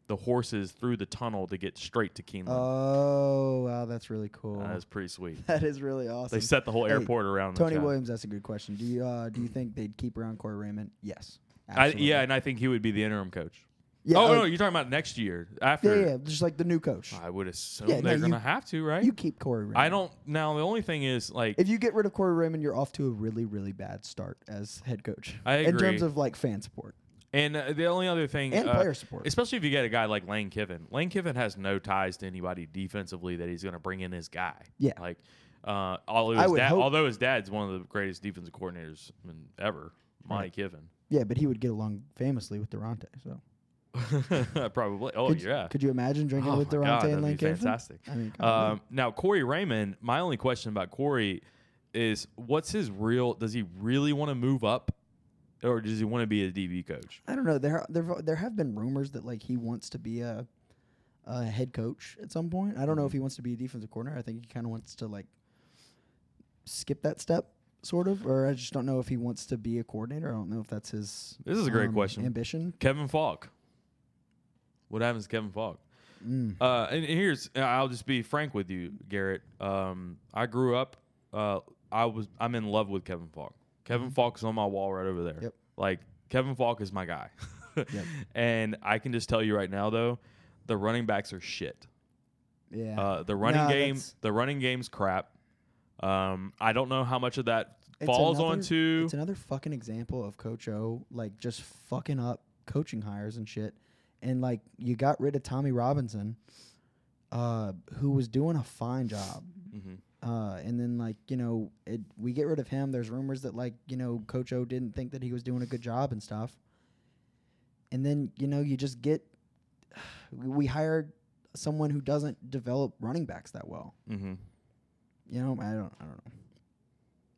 Speaker 1: the horses through the tunnel to get straight to Keeneland.
Speaker 5: Oh wow, that's really cool.
Speaker 1: That's pretty sweet.
Speaker 5: That is really
Speaker 1: They
Speaker 5: awesome.
Speaker 1: set the whole
Speaker 5: Hey,
Speaker 1: airport around the
Speaker 5: Tony
Speaker 1: town.
Speaker 5: Williams, that's a good question. Do you uh, do you think they'd keep around Corey Raymond? Yes.
Speaker 1: I,
Speaker 5: Absolutely.
Speaker 1: yeah, and I think he would be the interim coach.
Speaker 5: Yeah,
Speaker 1: oh,
Speaker 5: oh,
Speaker 1: no, you're talking about next year
Speaker 5: yeah,
Speaker 1: after.
Speaker 5: yeah, just like the new coach.
Speaker 1: I would assume
Speaker 5: Yeah, no,
Speaker 1: they're
Speaker 5: you-
Speaker 1: gonna have to, right?
Speaker 5: You keep Corey Raymond.
Speaker 1: I don't. Now the only thing is like
Speaker 5: If you get rid of Corey Raymond, you're off to a really, really bad start as head coach.
Speaker 1: I
Speaker 5: In
Speaker 1: agree.
Speaker 5: terms of like fan support.
Speaker 1: And uh, the only other thing,
Speaker 5: And
Speaker 1: uh,
Speaker 5: player support.
Speaker 1: especially if you get a guy like Lane Kiffin. Lane Kiffin has no ties to anybody defensively that he's going to bring in his guy.
Speaker 5: Yeah.
Speaker 1: like uh, although
Speaker 5: I
Speaker 1: his
Speaker 5: would
Speaker 1: dad,
Speaker 5: hope-
Speaker 1: although his dad's one of the greatest defensive coordinators I mean, ever, Monty
Speaker 5: Yeah, but he would get along famously with Durante. So
Speaker 1: Kiffin, probably. Oh
Speaker 5: could,
Speaker 1: yeah,
Speaker 5: could you imagine drinking
Speaker 1: Oh
Speaker 5: with
Speaker 1: my
Speaker 5: Durante
Speaker 1: God,
Speaker 5: and
Speaker 1: that'd be
Speaker 5: Lane Kiffin?
Speaker 1: Fantastic.
Speaker 5: I mean, come on.
Speaker 1: um, now Corey Raymond. My only question about Corey is, what's his real? Does he really want to move up, or does he want to be a DB coach?
Speaker 5: I don't know. There there there have been rumors that like he wants to be a, a head coach at some point. I don't know if he wants to be a defensive coordinator. I think he kind of wants to like skip that step, sort of. Or I just don't know if he wants to be a coordinator. I don't know if that's his. um,
Speaker 1: This is a great question.
Speaker 5: Ambition.
Speaker 1: Kevin Falk. What happens to Kevin Falk?
Speaker 5: Mm,
Speaker 1: Uh, and and here's I'll just be frank with you, Garrett. Um, I grew up. Uh, I was I'm in love with Kevin Falk. Kevin Falk is on my wall right over there.
Speaker 5: Yep.
Speaker 1: Like Kevin Falk is my guy. And I can just tell you right now though, the running backs are shit.
Speaker 5: Yeah.
Speaker 1: Uh, the running
Speaker 5: No,
Speaker 1: game,
Speaker 5: that's-
Speaker 1: the running game's crap. Um, I don't know how much of that
Speaker 5: It's
Speaker 1: falls
Speaker 5: another-
Speaker 1: onto.
Speaker 5: It's another fucking example of Coach O like just fucking up coaching hires and shit. And like you got rid of Tommy Robinson, uh, who was doing a fine job.
Speaker 1: Mhm.
Speaker 5: Uh, and then like you know it, we get rid of him. There's rumors that like you know Coach O didn't think that he was doing a good job and stuff. And then you know you just get we hired someone who doesn't develop running backs that well.
Speaker 1: Mhm.
Speaker 5: You know I don't I don't know.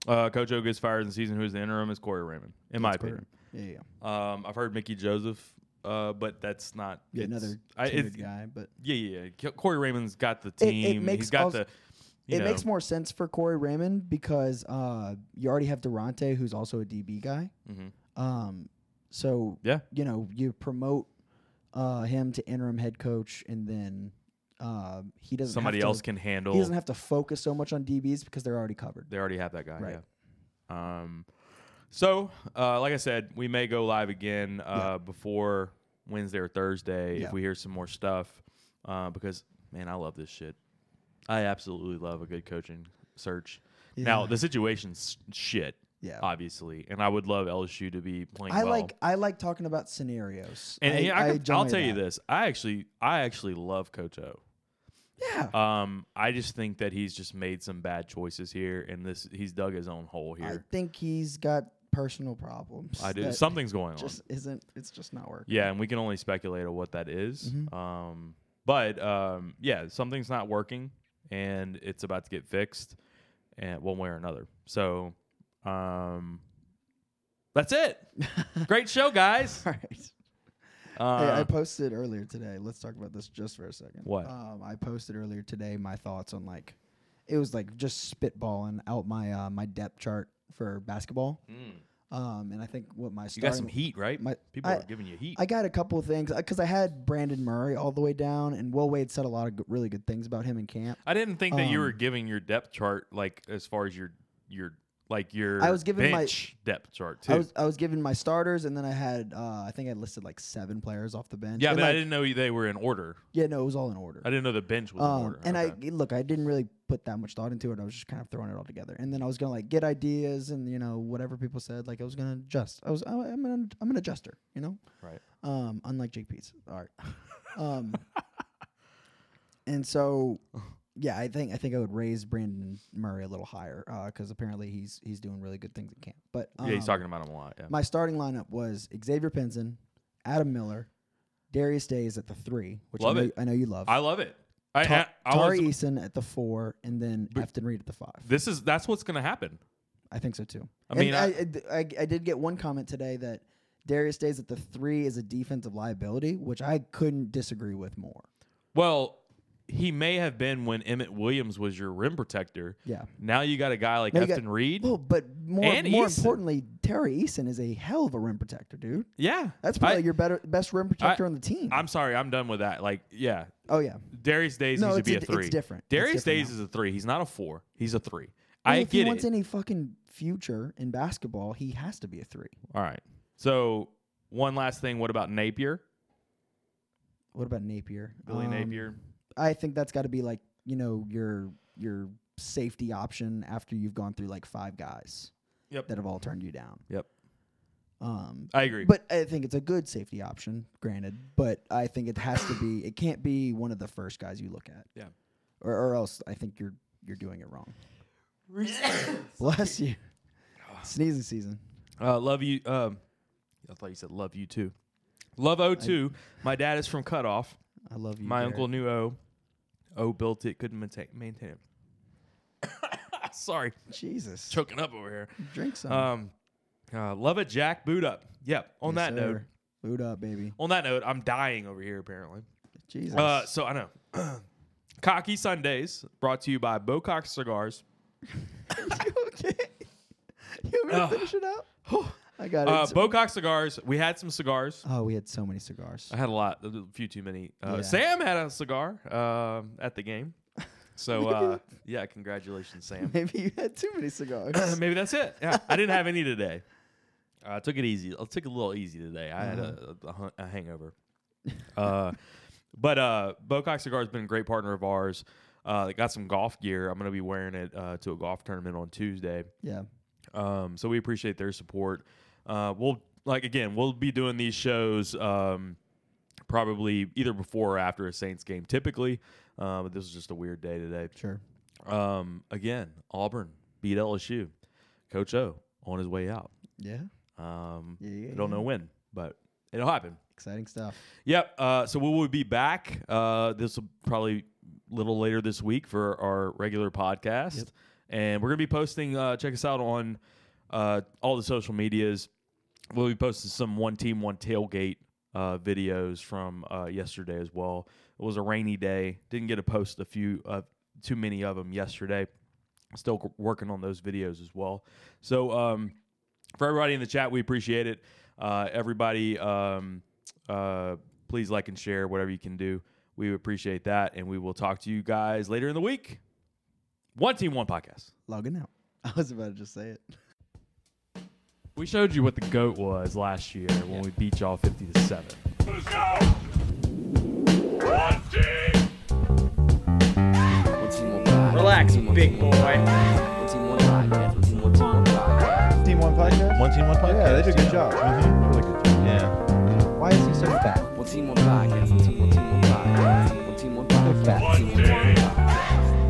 Speaker 1: Uh, Coach O gets fired in the season. Who's the interim is Corey Raymond, in my
Speaker 5: It's
Speaker 1: opinion.
Speaker 5: Yeah, yeah, yeah.
Speaker 1: Um, I've heard Mickey Joseph, uh, but that's not
Speaker 5: yeah
Speaker 1: it's-
Speaker 5: another
Speaker 1: I,
Speaker 5: timid
Speaker 1: it's,
Speaker 5: guy, but
Speaker 1: Yeah, yeah. yeah. K- Corey Raymond's got the
Speaker 5: It- it
Speaker 1: team.
Speaker 5: makes
Speaker 1: He's got
Speaker 5: als-
Speaker 1: the. You
Speaker 5: it
Speaker 1: know,
Speaker 5: makes more sense for Corey Raymond because uh, you already have Durante, who's also a DB guy.
Speaker 1: Mhm.
Speaker 5: Um, so
Speaker 1: Yeah.
Speaker 5: you know, you promote uh, him to interim head coach, and then uh, he doesn't.
Speaker 1: Somebody
Speaker 5: have to,
Speaker 1: else can handle.
Speaker 5: He doesn't have to focus so much on DBs because they're already covered.
Speaker 1: they already have that guy.
Speaker 5: Right.
Speaker 1: Yeah. Um, so, uh, like I said, we may go live again uh, before Wednesday or Thursday
Speaker 5: Yeah.
Speaker 1: if we hear some more stuff, uh, because man, I love this shit. I absolutely love a good coaching search. Now
Speaker 5: Yeah.
Speaker 1: the situation's shit,
Speaker 5: Yeah.
Speaker 1: obviously, and I would love LSU to be playing.
Speaker 5: I
Speaker 1: well.
Speaker 5: like I like talking about scenarios.
Speaker 1: And
Speaker 5: I,
Speaker 1: yeah, I, could- I'll
Speaker 5: enjoy
Speaker 1: tell you
Speaker 5: that.
Speaker 1: this: I actually, I actually love Coach O.
Speaker 5: Yeah.
Speaker 1: Um, I just think that he's just made some bad choices here, and this he's dug his own hole
Speaker 5: I
Speaker 1: here.
Speaker 5: think he's got personal problems.
Speaker 1: I, do.
Speaker 5: that
Speaker 1: Something's going on.
Speaker 5: Just isn't. It's just not working.
Speaker 1: Yeah, and we can only speculate on what that is.
Speaker 5: Mm-hmm.
Speaker 1: Um, but um, yeah, something's not working, and it's about to get fixed, and one way or another. So, um, that's it. Great show, guys.
Speaker 5: All right.
Speaker 1: Uh,
Speaker 5: Hey, I posted earlier today. Let's talk about this just for a second.
Speaker 1: What?
Speaker 5: Um, I posted earlier today my thoughts on like, it was like just spitballing out my uh, my depth chart for basketball. Um, and I think what my
Speaker 1: Hmm. you got
Speaker 5: starting-
Speaker 1: some heat, right?
Speaker 5: my-
Speaker 1: People
Speaker 5: I-
Speaker 1: are giving you heat.
Speaker 5: I got a couple of things because I had Brandon Murray all the way down, and Will Wade said a lot of g- really good things about him in camp.
Speaker 1: I didn't think that
Speaker 5: Um,
Speaker 1: you were giving your depth chart like as far as your your like your
Speaker 5: I was giving my-
Speaker 1: bench depth chart too.
Speaker 5: I was I was given my starters, and then I had uh, I think I listed like seven players off the bench.
Speaker 1: yeah,
Speaker 5: And,
Speaker 1: but I
Speaker 5: like-
Speaker 1: didn't know they were in order.
Speaker 5: Yeah, no, it was all in order.
Speaker 1: I didn't know the bench was in
Speaker 5: Um,
Speaker 1: order.
Speaker 5: and
Speaker 1: Okay.
Speaker 5: I look, I didn't really put that much thought into it. I was just kind of throwing it all together, and then I was gonna like get ideas and you know whatever people said. Like I was gonna adjust. I was I, I'm an I'm an adjuster, you know.
Speaker 1: Right.
Speaker 5: Um, unlike Jake Pete's. All right. um, and so yeah, I think I think I would raise Brandon Murray a little higher because apparently he's he's doing really good things at camp. But um,
Speaker 1: yeah, he's talking about him a lot. Yeah.
Speaker 5: my starting lineup was Xavier Pinson, Adam Miller, Darius Days at the three, which
Speaker 1: Love
Speaker 5: I, know,
Speaker 1: it.
Speaker 5: I know you love.
Speaker 1: I love it. I,
Speaker 5: Ta-
Speaker 1: I, I
Speaker 5: Tari
Speaker 1: was,
Speaker 5: Eason at the four, and then Efton Reed at the five.
Speaker 1: this is that's what's gonna happen.
Speaker 5: I think so too.
Speaker 1: I
Speaker 5: And
Speaker 1: mean, I-
Speaker 5: I, I, I did get one comment today that Darius stays at the three is a defensive liability, which I couldn't disagree with more.
Speaker 1: Well, he may have been when Emmett Williams was your rim protector.
Speaker 5: Yeah.
Speaker 1: Now you got a guy like
Speaker 5: Now you got- Oh,
Speaker 1: Efton Reed.
Speaker 5: Well, but more
Speaker 1: And
Speaker 5: more
Speaker 1: Eason.
Speaker 5: importantly, Terry Eason is a hell of a rim protector, dude.
Speaker 1: yeah.
Speaker 5: That's
Speaker 1: I-
Speaker 5: probably your better best rim protector on the team.
Speaker 1: I'm sorry, I'm done with that. Like, yeah.
Speaker 5: oh yeah,
Speaker 1: Darius Days
Speaker 5: No,
Speaker 1: needs to
Speaker 5: it's
Speaker 1: be
Speaker 5: a
Speaker 1: a
Speaker 5: d- it's
Speaker 1: three.
Speaker 5: different. It's
Speaker 1: Darius
Speaker 5: different
Speaker 1: Days
Speaker 5: now.
Speaker 1: is a three. He's not a four. He's a three.
Speaker 5: And
Speaker 1: I
Speaker 5: if he
Speaker 1: get
Speaker 5: wants
Speaker 1: it.
Speaker 5: any fucking future in basketball, he has to be a three.
Speaker 1: All right. So one last thing. What about Napier?
Speaker 5: Um, What about Napier?
Speaker 1: Billy
Speaker 5: Um,
Speaker 1: Napier.
Speaker 5: I think that's got to be like you know your your safety option after you've gone through like five guys
Speaker 1: Yep.
Speaker 5: that have all turned you down.
Speaker 1: Yep.
Speaker 5: Um,
Speaker 1: I agree.
Speaker 5: but I think it's a good safety option, granted. But I think it has to be. It can't be one of the first guys you look at.
Speaker 1: Yeah.
Speaker 5: Or, or else I think you're you're doing it wrong. Bless you. Sneezing season.
Speaker 1: Uh, love you. Um, I thought you said love you too. Love O2. My dad is from Cutoff.
Speaker 5: I love you.
Speaker 1: My
Speaker 5: Garrett.
Speaker 1: uncle knew O. O built it, couldn't maintain, maintain it. Sorry,
Speaker 5: Jesus.
Speaker 1: choking up over here.
Speaker 5: Drink some.
Speaker 1: Um, uh, love it, Jack. Boot up. Yep. On
Speaker 5: Yes,
Speaker 1: that note.
Speaker 5: sir. boot up, baby.
Speaker 1: On that note, I'm dying over here apparently.
Speaker 5: Jesus.
Speaker 1: Uh, so I know. Cocky Sundays brought to you by Bocock Cigars.
Speaker 5: you okay? You want me to
Speaker 1: Ugh.
Speaker 5: finish it out? I got it.
Speaker 1: Uh,
Speaker 5: So-
Speaker 1: Bocock Cigars. We had some cigars.
Speaker 5: oh, we had so many cigars.
Speaker 1: I had a lot, a few too many. Uh,
Speaker 5: Yeah.
Speaker 1: Sam had a cigar um, at the game. So uh, yeah, congratulations, Sam.
Speaker 5: Maybe you had too many cigars.
Speaker 1: Maybe that's it. Yeah, I didn't have any today. Uh, I took it easy. I took it a little easy today. I had a, a, hun- a hangover. Uh, but uh, Bocock Cigar has been a great partner of ours. Uh, they got some golf gear. I'm going to be wearing it uh, to a golf tournament on Tuesday.
Speaker 5: yeah.
Speaker 1: Um, so we appreciate their support. Uh, we'll like again, we'll be doing these shows um, probably either before or after a Saints game, typically. Uh, but this is just a weird day today.
Speaker 5: Sure.
Speaker 1: Um, again, Auburn beat LSU. Coach O on his way out.
Speaker 5: Yeah.
Speaker 1: Um,
Speaker 5: Yeah.
Speaker 1: I don't know when, but it'll happen.
Speaker 5: Exciting stuff.
Speaker 1: Yep. Uh, so we will be back. Uh, this will probably a little later this week for our regular podcast, and we're gonna be posting. Uh, check us out on uh, all the social medias. We'll be posting some one team one tailgate uh, videos from uh, yesterday as well. It was a rainy day. Didn't get to post a few uh, too many of them yesterday. Still c- working on those videos as well. So. Um, for everybody in the chat, we appreciate it. Uh, everybody, um, uh, please like and share whatever you can do. We appreciate that, and we will talk to you guys later in the week. One team, one podcast.
Speaker 5: Logging out. I was about to just say it.
Speaker 1: We showed you what the goat was last year when we beat y'all fifty to seven.
Speaker 2: Let's go! One team!
Speaker 3: One team, one podcast.
Speaker 4: Relax,
Speaker 3: One team, one
Speaker 4: big
Speaker 3: team, one
Speaker 4: boy.
Speaker 3: podcast. One team, one podcast. One team, one team, one podcast.
Speaker 6: Team One Podcast? One Team One Podcast. Yeah, they did a good job. Mm-hmm. Really good job. Yeah.
Speaker 5: Why is he so fat?
Speaker 3: One team, one podcast. One team, one team, one podcast. One team, one podcast. One team, one team, one podcast.